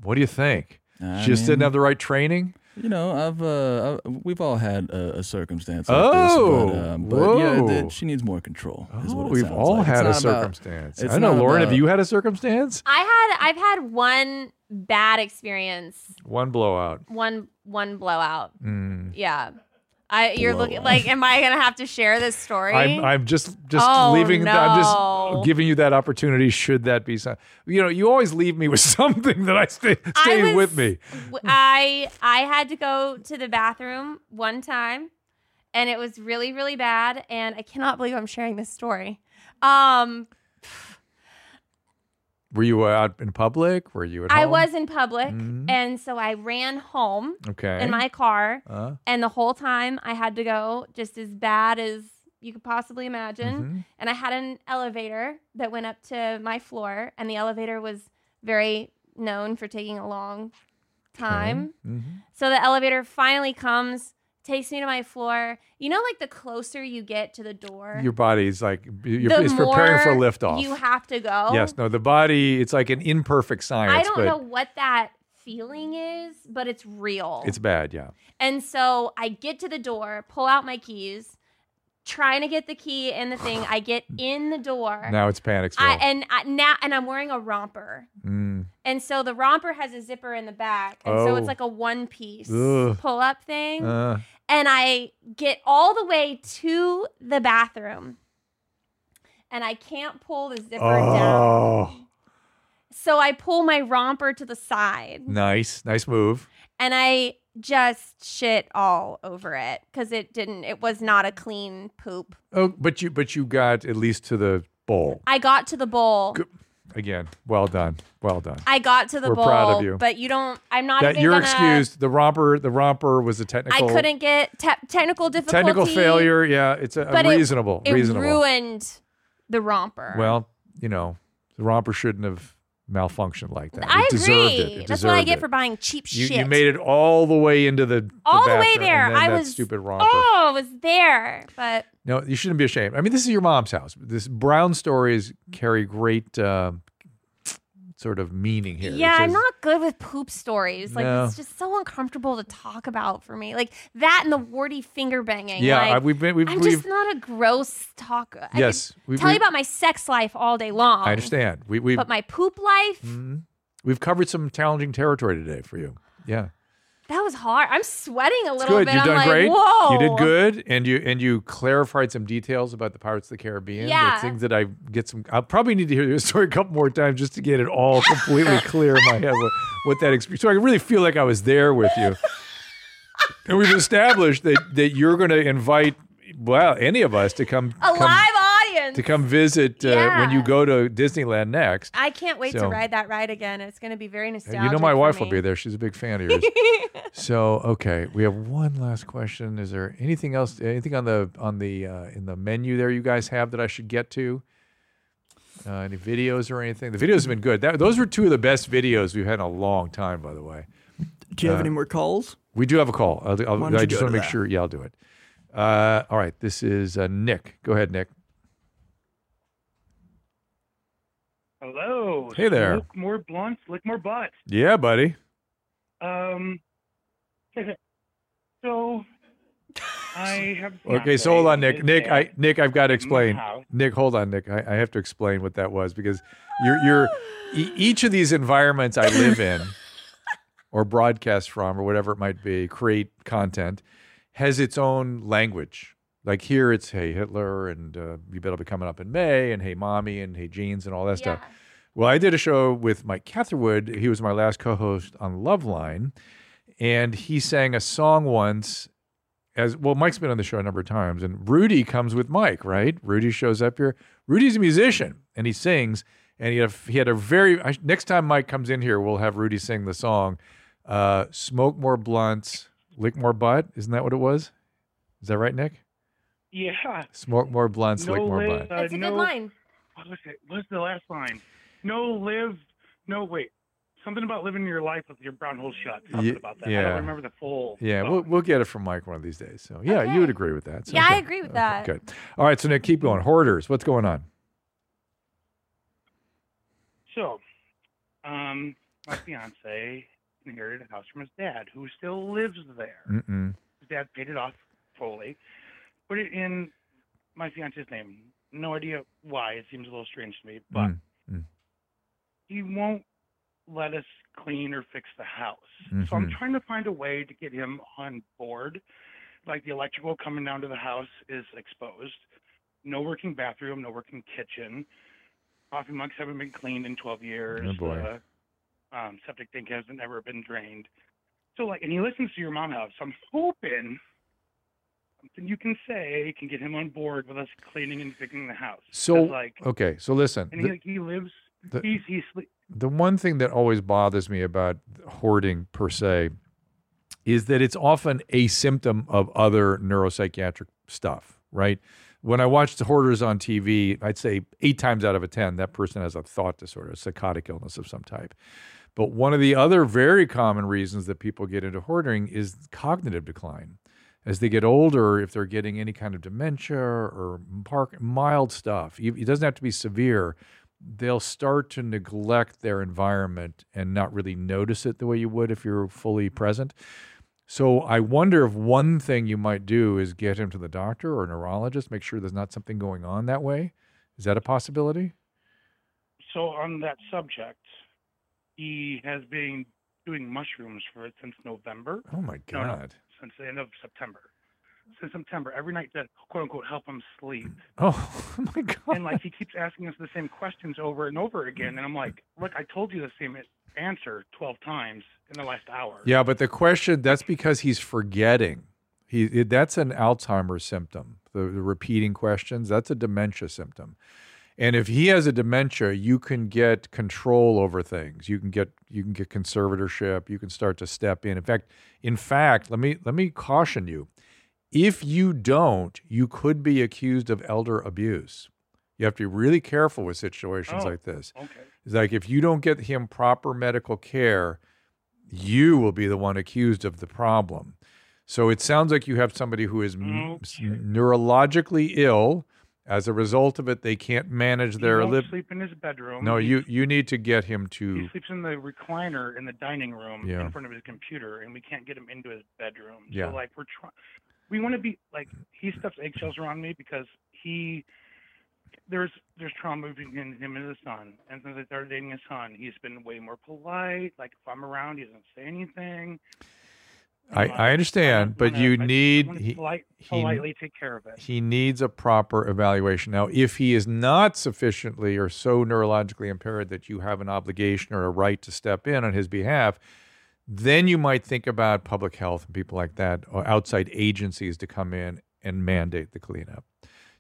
[SPEAKER 4] What do you think?
[SPEAKER 16] I
[SPEAKER 4] she just
[SPEAKER 16] mean-
[SPEAKER 4] didn't have the right training.
[SPEAKER 16] You know, I've uh, I, we've all had a, a circumstance. Like
[SPEAKER 4] Oh,
[SPEAKER 16] this, but, um, but yeah,
[SPEAKER 4] whoa. Oh,
[SPEAKER 16] that- she needs more control. Is what it
[SPEAKER 4] We've
[SPEAKER 16] sounds
[SPEAKER 4] all
[SPEAKER 16] like. It's
[SPEAKER 4] had a
[SPEAKER 16] not about-
[SPEAKER 4] circumstance.
[SPEAKER 16] it's
[SPEAKER 4] I know,
[SPEAKER 16] not
[SPEAKER 4] Lauren.
[SPEAKER 16] about-
[SPEAKER 4] Have you had a circumstance?
[SPEAKER 10] I had I've had one bad experience,
[SPEAKER 4] One blowout.
[SPEAKER 10] one one blowout.
[SPEAKER 4] Mm.
[SPEAKER 10] Yeah. I you're looking
[SPEAKER 4] Blowout.
[SPEAKER 10] like am I going to have to share this story?
[SPEAKER 4] I'm, I'm just just
[SPEAKER 10] Oh,
[SPEAKER 4] leaving. I'm
[SPEAKER 10] no.
[SPEAKER 4] just giving you that opportunity. Should that be some, you know, you always leave me with (laughs) something that I stay stay
[SPEAKER 10] was-
[SPEAKER 4] with me.
[SPEAKER 10] W- I I had to go to the bathroom one time, and it was really really bad. And I cannot believe I'm sharing this story. Um,
[SPEAKER 4] Were you out in public? Were you at
[SPEAKER 10] I
[SPEAKER 4] home?
[SPEAKER 10] was in public,
[SPEAKER 4] Mhm.
[SPEAKER 10] and so I ran home
[SPEAKER 4] Okay.
[SPEAKER 10] in my car,
[SPEAKER 4] Uh.
[SPEAKER 10] and the whole time I had to go just as bad as you could possibly imagine.
[SPEAKER 4] Mhm.
[SPEAKER 10] And I had an elevator that went up to my floor, and the elevator was very known for taking a long time.
[SPEAKER 4] Mm-hmm.
[SPEAKER 10] So the elevator finally comes, takes me to my floor. You know, like the closer you get to the door,
[SPEAKER 4] Your body's like you're,
[SPEAKER 10] the
[SPEAKER 4] it's preparing for
[SPEAKER 10] more
[SPEAKER 4] liftoff.
[SPEAKER 10] You have to go.
[SPEAKER 4] Yes. No. The body. It's like an imperfect science.
[SPEAKER 10] I don't
[SPEAKER 4] but
[SPEAKER 10] know what that feeling is, but it's real.
[SPEAKER 4] It's bad. Yeah.
[SPEAKER 10] and so I get to the door, pull out my keys, trying to get the key in the thing. I
[SPEAKER 4] (sighs)
[SPEAKER 10] get in the door.
[SPEAKER 4] Now it's panic.
[SPEAKER 10] I,
[SPEAKER 4] Well.
[SPEAKER 10] and I, now, and I'm wearing a romper.
[SPEAKER 4] Mm.
[SPEAKER 10] And so the romper has a zipper in the back. And so
[SPEAKER 4] Oh.
[SPEAKER 10] it's like a one piece
[SPEAKER 4] Ugh.
[SPEAKER 10] pull up thing.
[SPEAKER 4] Uh.
[SPEAKER 10] and I get all the way to the bathroom and I can't pull the zipper down.
[SPEAKER 4] Oh,
[SPEAKER 10] So I pull my romper to the side
[SPEAKER 4] nice, nice move.
[SPEAKER 10] and I just shit all over it because it didn't, it was not a clean poop.
[SPEAKER 4] Oh, but you, but you got at least to the bowl.
[SPEAKER 10] I got to the bowl.
[SPEAKER 4] Good. Again, well done, well done.
[SPEAKER 10] I got to the
[SPEAKER 4] We're
[SPEAKER 10] bowl.
[SPEAKER 4] proud of you.
[SPEAKER 10] But you don't, I'm not
[SPEAKER 4] that
[SPEAKER 10] even
[SPEAKER 4] you're
[SPEAKER 10] gonna-
[SPEAKER 4] excused. The romper, the romper was a technical,
[SPEAKER 10] I couldn't get te- technical difficulty.
[SPEAKER 4] technical failure. Yeah, it's a,
[SPEAKER 10] But it-
[SPEAKER 4] reasonable,
[SPEAKER 10] It
[SPEAKER 4] reasonable.
[SPEAKER 10] ruined the romper.
[SPEAKER 4] well, you know, the romper shouldn't have malfunctioned like that.
[SPEAKER 10] I
[SPEAKER 4] it deserved
[SPEAKER 10] agree.
[SPEAKER 4] it. It
[SPEAKER 10] That's what I
[SPEAKER 4] deserved
[SPEAKER 10] get
[SPEAKER 4] it.
[SPEAKER 10] for buying cheap
[SPEAKER 4] you,
[SPEAKER 10] shit.
[SPEAKER 4] you made it all the way into the,
[SPEAKER 10] all the way
[SPEAKER 4] bathroom,
[SPEAKER 10] there.
[SPEAKER 4] And then
[SPEAKER 10] I
[SPEAKER 4] that
[SPEAKER 10] was
[SPEAKER 4] stupid romper.
[SPEAKER 10] (laughs) Oh, I was there, but
[SPEAKER 4] No, you shouldn't be ashamed. I mean, this is your mom's house. This brown stories carry great uh, sort of meaning here.
[SPEAKER 10] yeah,
[SPEAKER 4] It's
[SPEAKER 10] I'm
[SPEAKER 4] just-
[SPEAKER 10] not good with poop stories. Like
[SPEAKER 4] No.
[SPEAKER 10] it's just so uncomfortable to talk about for me. Like that and the warty finger banging.
[SPEAKER 4] Yeah,
[SPEAKER 10] like,
[SPEAKER 4] I- we've been- we've-
[SPEAKER 10] I'm
[SPEAKER 4] we've-
[SPEAKER 10] just not a gross talker. I
[SPEAKER 4] Yes,
[SPEAKER 10] could
[SPEAKER 4] we've-
[SPEAKER 10] tell you
[SPEAKER 4] we've-
[SPEAKER 10] about my sex life all day long.
[SPEAKER 4] I understand. We we
[SPEAKER 10] but my poop life
[SPEAKER 4] Mhm. we've covered some challenging territory today for you. Yeah,
[SPEAKER 10] that was hard. I'm sweating a
[SPEAKER 4] it's
[SPEAKER 10] little
[SPEAKER 4] good.
[SPEAKER 10] bit.
[SPEAKER 4] You've
[SPEAKER 10] I'm
[SPEAKER 4] done
[SPEAKER 10] like,
[SPEAKER 4] great.
[SPEAKER 10] whoa,
[SPEAKER 4] You did good, and you and you clarified some details about the Pirates of the Caribbean. the
[SPEAKER 10] Yeah.
[SPEAKER 4] things that I get some. I'll probably need to hear your (laughs) story a couple more times just to get it all completely clear in my head what, what that experience. So I really
[SPEAKER 10] (laughs)
[SPEAKER 4] feel like I was there with you. And we've established that that you're going to invite well, any of us to come
[SPEAKER 10] A
[SPEAKER 4] come-
[SPEAKER 10] live audience.
[SPEAKER 4] to come visit uh, when
[SPEAKER 10] Yeah.
[SPEAKER 4] you go to Disneyland next.
[SPEAKER 10] I can't wait to
[SPEAKER 4] So-
[SPEAKER 10] ride that ride again. It's going to be very nostalgic.
[SPEAKER 4] You know, my
[SPEAKER 10] for
[SPEAKER 4] wife will
[SPEAKER 10] me.
[SPEAKER 4] be there. She's a big fan of
[SPEAKER 10] (laughs)
[SPEAKER 4] yours. so, okay, we have one last question. Is there anything else? Anything on the on the uh, in the menu there you guys have that I should get to? Uh, any videos or anything? The videos have been good. That, those were two of the best videos we've had in a long time, by the way.
[SPEAKER 21] Do you have
[SPEAKER 4] Uh,
[SPEAKER 21] any more calls?
[SPEAKER 4] We do have a call. I'll, I'll-
[SPEAKER 21] Why don't
[SPEAKER 4] I
[SPEAKER 21] you
[SPEAKER 4] just
[SPEAKER 21] go to
[SPEAKER 4] want to make
[SPEAKER 21] that?
[SPEAKER 4] sure. Yeah, I'll do it. Uh, all right. This is uh, Nick. Go ahead, Nick.
[SPEAKER 2] Hello.
[SPEAKER 4] Hey there.
[SPEAKER 2] Smoke more blunts, lick more butts.
[SPEAKER 4] Yeah, buddy.
[SPEAKER 2] Um. (laughs) So I have.
[SPEAKER 4] (laughs) Okay, so hold on, Nick.
[SPEAKER 2] Is
[SPEAKER 4] Nick,
[SPEAKER 2] there
[SPEAKER 4] I Nick, I've got to
[SPEAKER 2] my
[SPEAKER 4] explain.
[SPEAKER 2] house?
[SPEAKER 4] Nick, hold on, Nick. I, I have to explain what that was because you're you're e- each of these environments I live in or broadcast from or whatever it might be, create content has its own language. Like here, it's hey Hitler and uh, you better be coming up in May and hey mommy and hey jeans and all that stuff. Well, I did a show with Mike Catherwood. He was my last co-host on Loveline, and he sang a song once as well, Mike's been on the show a number of times, and Rudy comes with Mike, right? Rudy shows up here. Rudy's a musician and he sings, and he had a, he had a very I, next time Mike comes in here, we'll have Rudy sing the song, uh, "Smoke More Blunts, Lick More Butt." Isn't that what it was? Is that right, Nick?
[SPEAKER 2] Yeah.
[SPEAKER 4] Smoke more blunts,
[SPEAKER 2] No
[SPEAKER 4] lick more
[SPEAKER 2] live,
[SPEAKER 4] butt.
[SPEAKER 2] uh,
[SPEAKER 10] That's a
[SPEAKER 2] no-
[SPEAKER 10] good line.
[SPEAKER 2] What was it? What was the last line? No live. No wait. Something about living your life with your brown hole shut. Something
[SPEAKER 4] Ye-
[SPEAKER 2] about that. I don't remember the full.
[SPEAKER 4] Yeah, we'll, we'll get it from Mike one of these days. So yeah, you would agree with that. So,
[SPEAKER 10] yeah, I
[SPEAKER 4] okay.
[SPEAKER 10] agree with that.
[SPEAKER 4] Good. All right, so Nick, keep going. Hoarders, what's going on?
[SPEAKER 2] So, um, my fiance inherited a house from his dad, who still lives there.
[SPEAKER 4] Mm-mm.
[SPEAKER 2] His dad paid it off fully. Put it in my fiance's name. No idea why. It seems a little strange to me, but
[SPEAKER 4] Mm.
[SPEAKER 2] he won't let us clean or fix the house. So I'm
[SPEAKER 4] Mhm.
[SPEAKER 2] trying to find a way to get him on board. Like the electrical coming down to the house is exposed. No working bathroom, no working kitchen. Coffee mugs haven't been cleaned in 12 years.
[SPEAKER 4] Oh, boy.
[SPEAKER 2] The, um, septic tank hasn't ever been drained. So like, and he listens to your mom house. So I'm hoping something you can say can get him on board with us cleaning and fixing the house. 'Cause,
[SPEAKER 4] So
[SPEAKER 2] like,
[SPEAKER 4] okay, so listen.
[SPEAKER 2] and he,
[SPEAKER 4] th-
[SPEAKER 2] like, he lives.
[SPEAKER 4] the-
[SPEAKER 2] he's he's sle-
[SPEAKER 4] the one thing that always bothers me about hoarding per se is that it's often a symptom of other neuropsychiatric stuff, right? When I watched hoarders on TV, I'd say eight times out of a 10, that person has a thought disorder, a psychotic illness of some type. But one of the other very common reasons that people get into hoarding is cognitive decline. As they get older, if they're getting any kind of dementia or park, mild stuff, you- it doesn't have to be severe, they'll start to neglect their environment and not really notice it the way you would if you're fully present. So I wonder if one thing you might do is get him to the doctor or a neurologist, make sure there's not something going on that way. Is that a possibility?
[SPEAKER 2] so on that subject, he has been doing mushrooms for since November.
[SPEAKER 4] Oh my
[SPEAKER 2] No, no,
[SPEAKER 4] God.
[SPEAKER 2] since the end of September. Since September, every night to quote unquote help him sleep.
[SPEAKER 4] Oh (laughs) my God.
[SPEAKER 2] And like he keeps asking us the same questions over and over again, and I'm like, look, I told you the same answer twelve times in the last hour.
[SPEAKER 4] Yeah, but the question that's because he's forgetting. He it- that's an Alzheimer's symptom. The, the repeating questions that's a dementia symptom. And if he has a dementia, you can get control over things. You can get you can get conservatorship. You can start to step in. In fact, in fact, let me let me caution you. If you don't, you could be accused of elder abuse. You have to be really careful with situations
[SPEAKER 2] Oh,
[SPEAKER 4] like this.
[SPEAKER 2] okay.
[SPEAKER 4] It's like if you don't get him proper medical care, you will be the one accused of the problem. So it sounds like you have somebody who is m- s- neurologically ill. As a result of it, they can't manage
[SPEAKER 2] he
[SPEAKER 4] their
[SPEAKER 2] won't
[SPEAKER 4] lib.
[SPEAKER 2] sleep in his bedroom.
[SPEAKER 4] No,
[SPEAKER 2] He-
[SPEAKER 4] you you need to get him
[SPEAKER 2] He
[SPEAKER 4] to.
[SPEAKER 2] sleeps in the recliner in the dining room
[SPEAKER 4] Yeah.
[SPEAKER 2] in front of his computer, and we can't get him into his bedroom.
[SPEAKER 4] Yeah.
[SPEAKER 2] So like we're trying, we want to be like he stuffs eggshells around me because he there's there's trauma between him and his son, and since I started dating his son, he's been way more polite. Like if I'm around, he doesn't say anything.
[SPEAKER 4] I, I understand, but you need
[SPEAKER 2] want
[SPEAKER 4] he,
[SPEAKER 2] to polite,
[SPEAKER 4] he-
[SPEAKER 2] politely take care of it.
[SPEAKER 4] he needs a proper evaluation. Now, if he is not sufficiently or so neurologically impaired that you have an obligation or a right to step in on his behalf, then you might think about public health and people like that or outside agencies to come in and mandate the cleanup.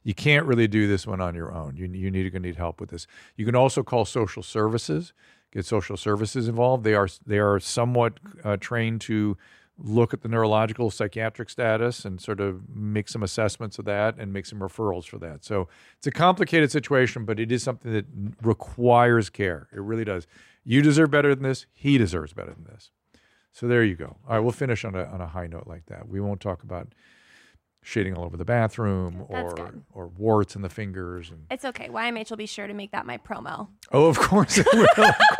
[SPEAKER 4] You can't really do this one on your own. You, you need to need help with this. You can also call social services, get social services involved. They are they are somewhat uh, trained to look at the neurological psychiatric status and sort of make some assessments of that and make some referrals for that. So it's a complicated situation, but it is something that requires care. It really does. You deserve better than this. He deserves better than this. So there you go. All right, we'll finish on a on a high note like that. We won't talk about shading all over the bathroom
[SPEAKER 10] That's
[SPEAKER 4] or
[SPEAKER 10] good.
[SPEAKER 4] or warts in the fingers and
[SPEAKER 10] It's okay. YMH will be sure to make that my promo.
[SPEAKER 4] oh, of course (laughs) it will. of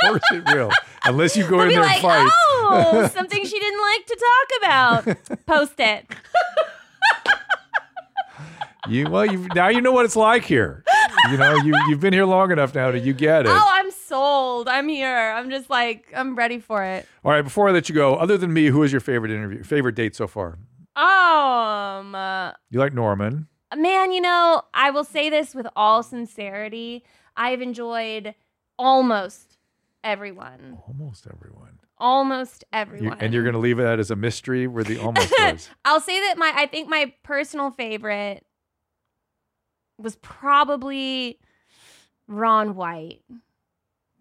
[SPEAKER 4] course it will. Unless you go
[SPEAKER 10] They'll
[SPEAKER 4] in
[SPEAKER 10] be
[SPEAKER 4] there
[SPEAKER 10] like,
[SPEAKER 4] and fight. (laughs)
[SPEAKER 10] oh, something she didn't like to talk about. Post it.
[SPEAKER 4] You well, you now you know what it's like here. You know, you you've been here long enough now that you get it.
[SPEAKER 10] Oh, I'm sold. I'm here. I'm just like, I'm ready for it.
[SPEAKER 4] All right, before I let you go, other than me, who is your favorite interview, favorite date so far?
[SPEAKER 10] Um, uh,
[SPEAKER 4] You like Norman?
[SPEAKER 10] man, you know, I will say this with all sincerity. I've enjoyed almost everyone.
[SPEAKER 4] Almost everyone.
[SPEAKER 10] Almost
[SPEAKER 4] You-
[SPEAKER 10] everyone. (laughs)
[SPEAKER 4] and you're going to leave that as a mystery where the almost (laughs) was.
[SPEAKER 10] I'll say that my I think my personal favorite was probably Ron White.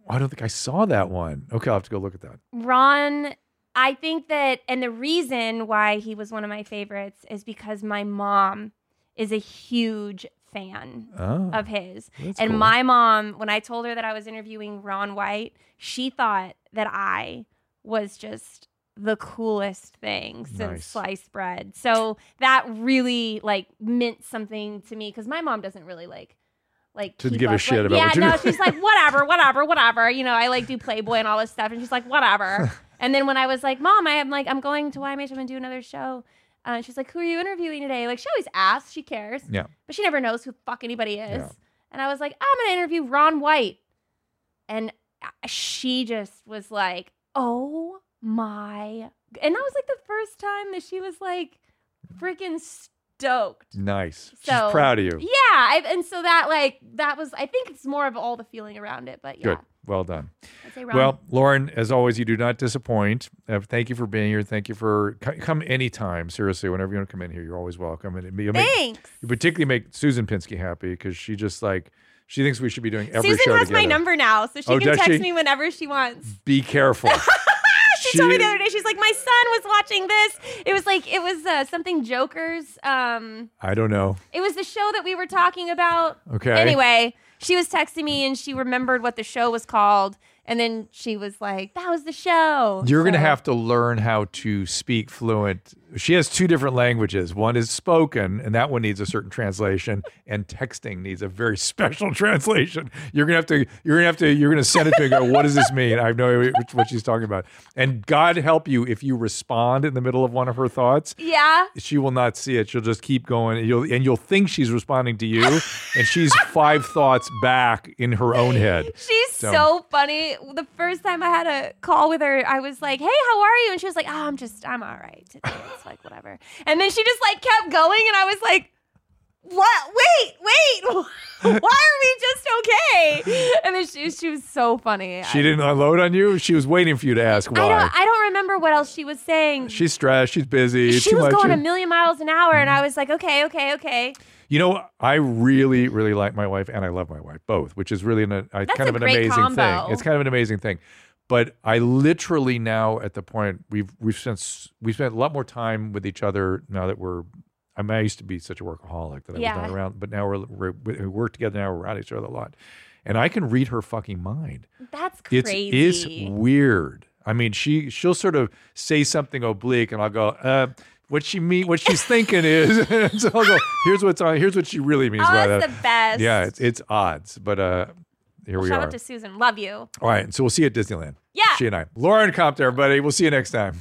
[SPEAKER 4] I don't think I saw that one. Okay, I'll have to go look at that.
[SPEAKER 10] Ron, I think that, and the reason why he was one of my favorites is because my mom is a huge fan
[SPEAKER 3] Oh,
[SPEAKER 10] of his.
[SPEAKER 3] that's
[SPEAKER 10] and
[SPEAKER 3] cool.
[SPEAKER 10] my mom, when I told her that I was interviewing Ron White, she thought that I was just the coolest thing since
[SPEAKER 3] Nice.
[SPEAKER 10] sliced bread. So that really like meant something to me because my mom doesn't really like like
[SPEAKER 4] Didn't
[SPEAKER 10] keep
[SPEAKER 4] give a
[SPEAKER 10] up
[SPEAKER 4] shit
[SPEAKER 10] with-
[SPEAKER 4] about
[SPEAKER 10] yeah
[SPEAKER 4] what you
[SPEAKER 10] no
[SPEAKER 4] do.
[SPEAKER 10] she's like whatever whatever whatever you know i like do playboy and all this stuff and she's like
[SPEAKER 3] (laughs)
[SPEAKER 10] whatever and then when i was like mom i'm like i'm going to ymh i'm gonna do another show uh, she's like who are you interviewing today like she always asks she cares
[SPEAKER 3] Yeah.
[SPEAKER 10] but she never knows who the fuck anybody is
[SPEAKER 3] Yeah.
[SPEAKER 10] and i was like i'm gonna interview ron white and I- she just was like oh my and that was like the first time that she was like freaking stoked
[SPEAKER 4] Nice.
[SPEAKER 10] so
[SPEAKER 4] She's proud of you.
[SPEAKER 10] Yeah, I, and so that like that was. I think it's more of all the feeling around it, but yeah.
[SPEAKER 4] Good. Well done.
[SPEAKER 10] I'd say Ron.
[SPEAKER 4] Well, Lauren, as always, you do not disappoint. Uh, thank you for being here. Thank you for co- come anytime. Seriously, whenever you want to come in here, you're always welcome. And it- you'll make,
[SPEAKER 10] Thanks.
[SPEAKER 4] You particularly make Susan Pinsky happy because she just like she thinks we should be doing every
[SPEAKER 10] Susan
[SPEAKER 4] show
[SPEAKER 10] has
[SPEAKER 4] together.
[SPEAKER 10] my number now, so she
[SPEAKER 4] Oh,
[SPEAKER 10] can
[SPEAKER 4] does
[SPEAKER 10] text
[SPEAKER 4] she? Mm.
[SPEAKER 10] me whenever she wants. Ah,
[SPEAKER 4] Be
[SPEAKER 10] (laughs)
[SPEAKER 4] careful.
[SPEAKER 10] She, told me the other day, she's like, my son was watching this. It was like it was uh, something Joker's. Um,
[SPEAKER 4] I don't know.
[SPEAKER 10] it was the show that we were talking about.
[SPEAKER 4] Okay.
[SPEAKER 10] Anyway, she was texting me and she remembered what the show was called, and then she was like, "That was the show."
[SPEAKER 4] You're going to
[SPEAKER 10] So-
[SPEAKER 4] have to learn how to speak fluent. She has two different languages. One is spoken, and that one needs a certain translation, and texting needs a very (laughs) special translation. You're going to have to. You're going to have to. You're going to send it to her and go. What does this mean? I have no idea which- what she's talking about. And God help you if you respond in the middle of one of her thoughts.
[SPEAKER 10] Yeah.
[SPEAKER 4] She will not see it. She'll just keep going, and you'll and you'll think she's responding to you,
[SPEAKER 10] (laughs)
[SPEAKER 4] and she's five thoughts back in her own head.
[SPEAKER 10] She's so. funny. The first time I had a call with her, I was like, "Hey, how are you?" And she was like, "Oh, I'm just, I'm all right." today." It's like whatever. And then she just like kept going, and I was like, "What? Wait, wait. (laughs) Why are we just okay?" And then she, she was so funny.
[SPEAKER 4] She didn't unload on you. She was waiting for you to ask why.
[SPEAKER 10] I don't, I don't remember what else she was saying.
[SPEAKER 4] She's stressed. She's busy.
[SPEAKER 10] she
[SPEAKER 4] too
[SPEAKER 10] was
[SPEAKER 4] much. Mm-hmm.
[SPEAKER 10] going a million miles an hour, and I was like, "Okay, okay, okay."
[SPEAKER 4] you know, I really, really like my wife, and I love my wife both, which is really an, a,
[SPEAKER 10] That's
[SPEAKER 4] kind
[SPEAKER 10] a
[SPEAKER 4] of an
[SPEAKER 10] great
[SPEAKER 4] amazing
[SPEAKER 10] combo.
[SPEAKER 4] thing. It's kind of an amazing thing. But I literally now at the point we've we've spent s- we've spent a lot more time with each other now that we're. I mean, I used to be such a workaholic that I
[SPEAKER 6] Yeah.
[SPEAKER 4] was not around, but now we're, we're we work together now. We're around each other a lot, and I can read her fucking mind.
[SPEAKER 10] That's
[SPEAKER 4] It's
[SPEAKER 10] crazy.
[SPEAKER 4] it's weird. I mean, she she'll sort of say something oblique, and I'll go, uh, "What she mean? What she's thinking is." (laughs) and so I'll go, "Here's what's on. Here's what she really means
[SPEAKER 10] Oh,
[SPEAKER 4] by
[SPEAKER 10] that's
[SPEAKER 4] that."
[SPEAKER 10] the best.
[SPEAKER 4] Yeah, it's, it's odds, but uh, here we
[SPEAKER 10] Shout
[SPEAKER 4] are.
[SPEAKER 10] out to Susan. Love you.
[SPEAKER 4] All right, so we'll see you at Disneyland.
[SPEAKER 10] Yeah.
[SPEAKER 4] she and I, Lauren Compton, everybody. We'll see you next time.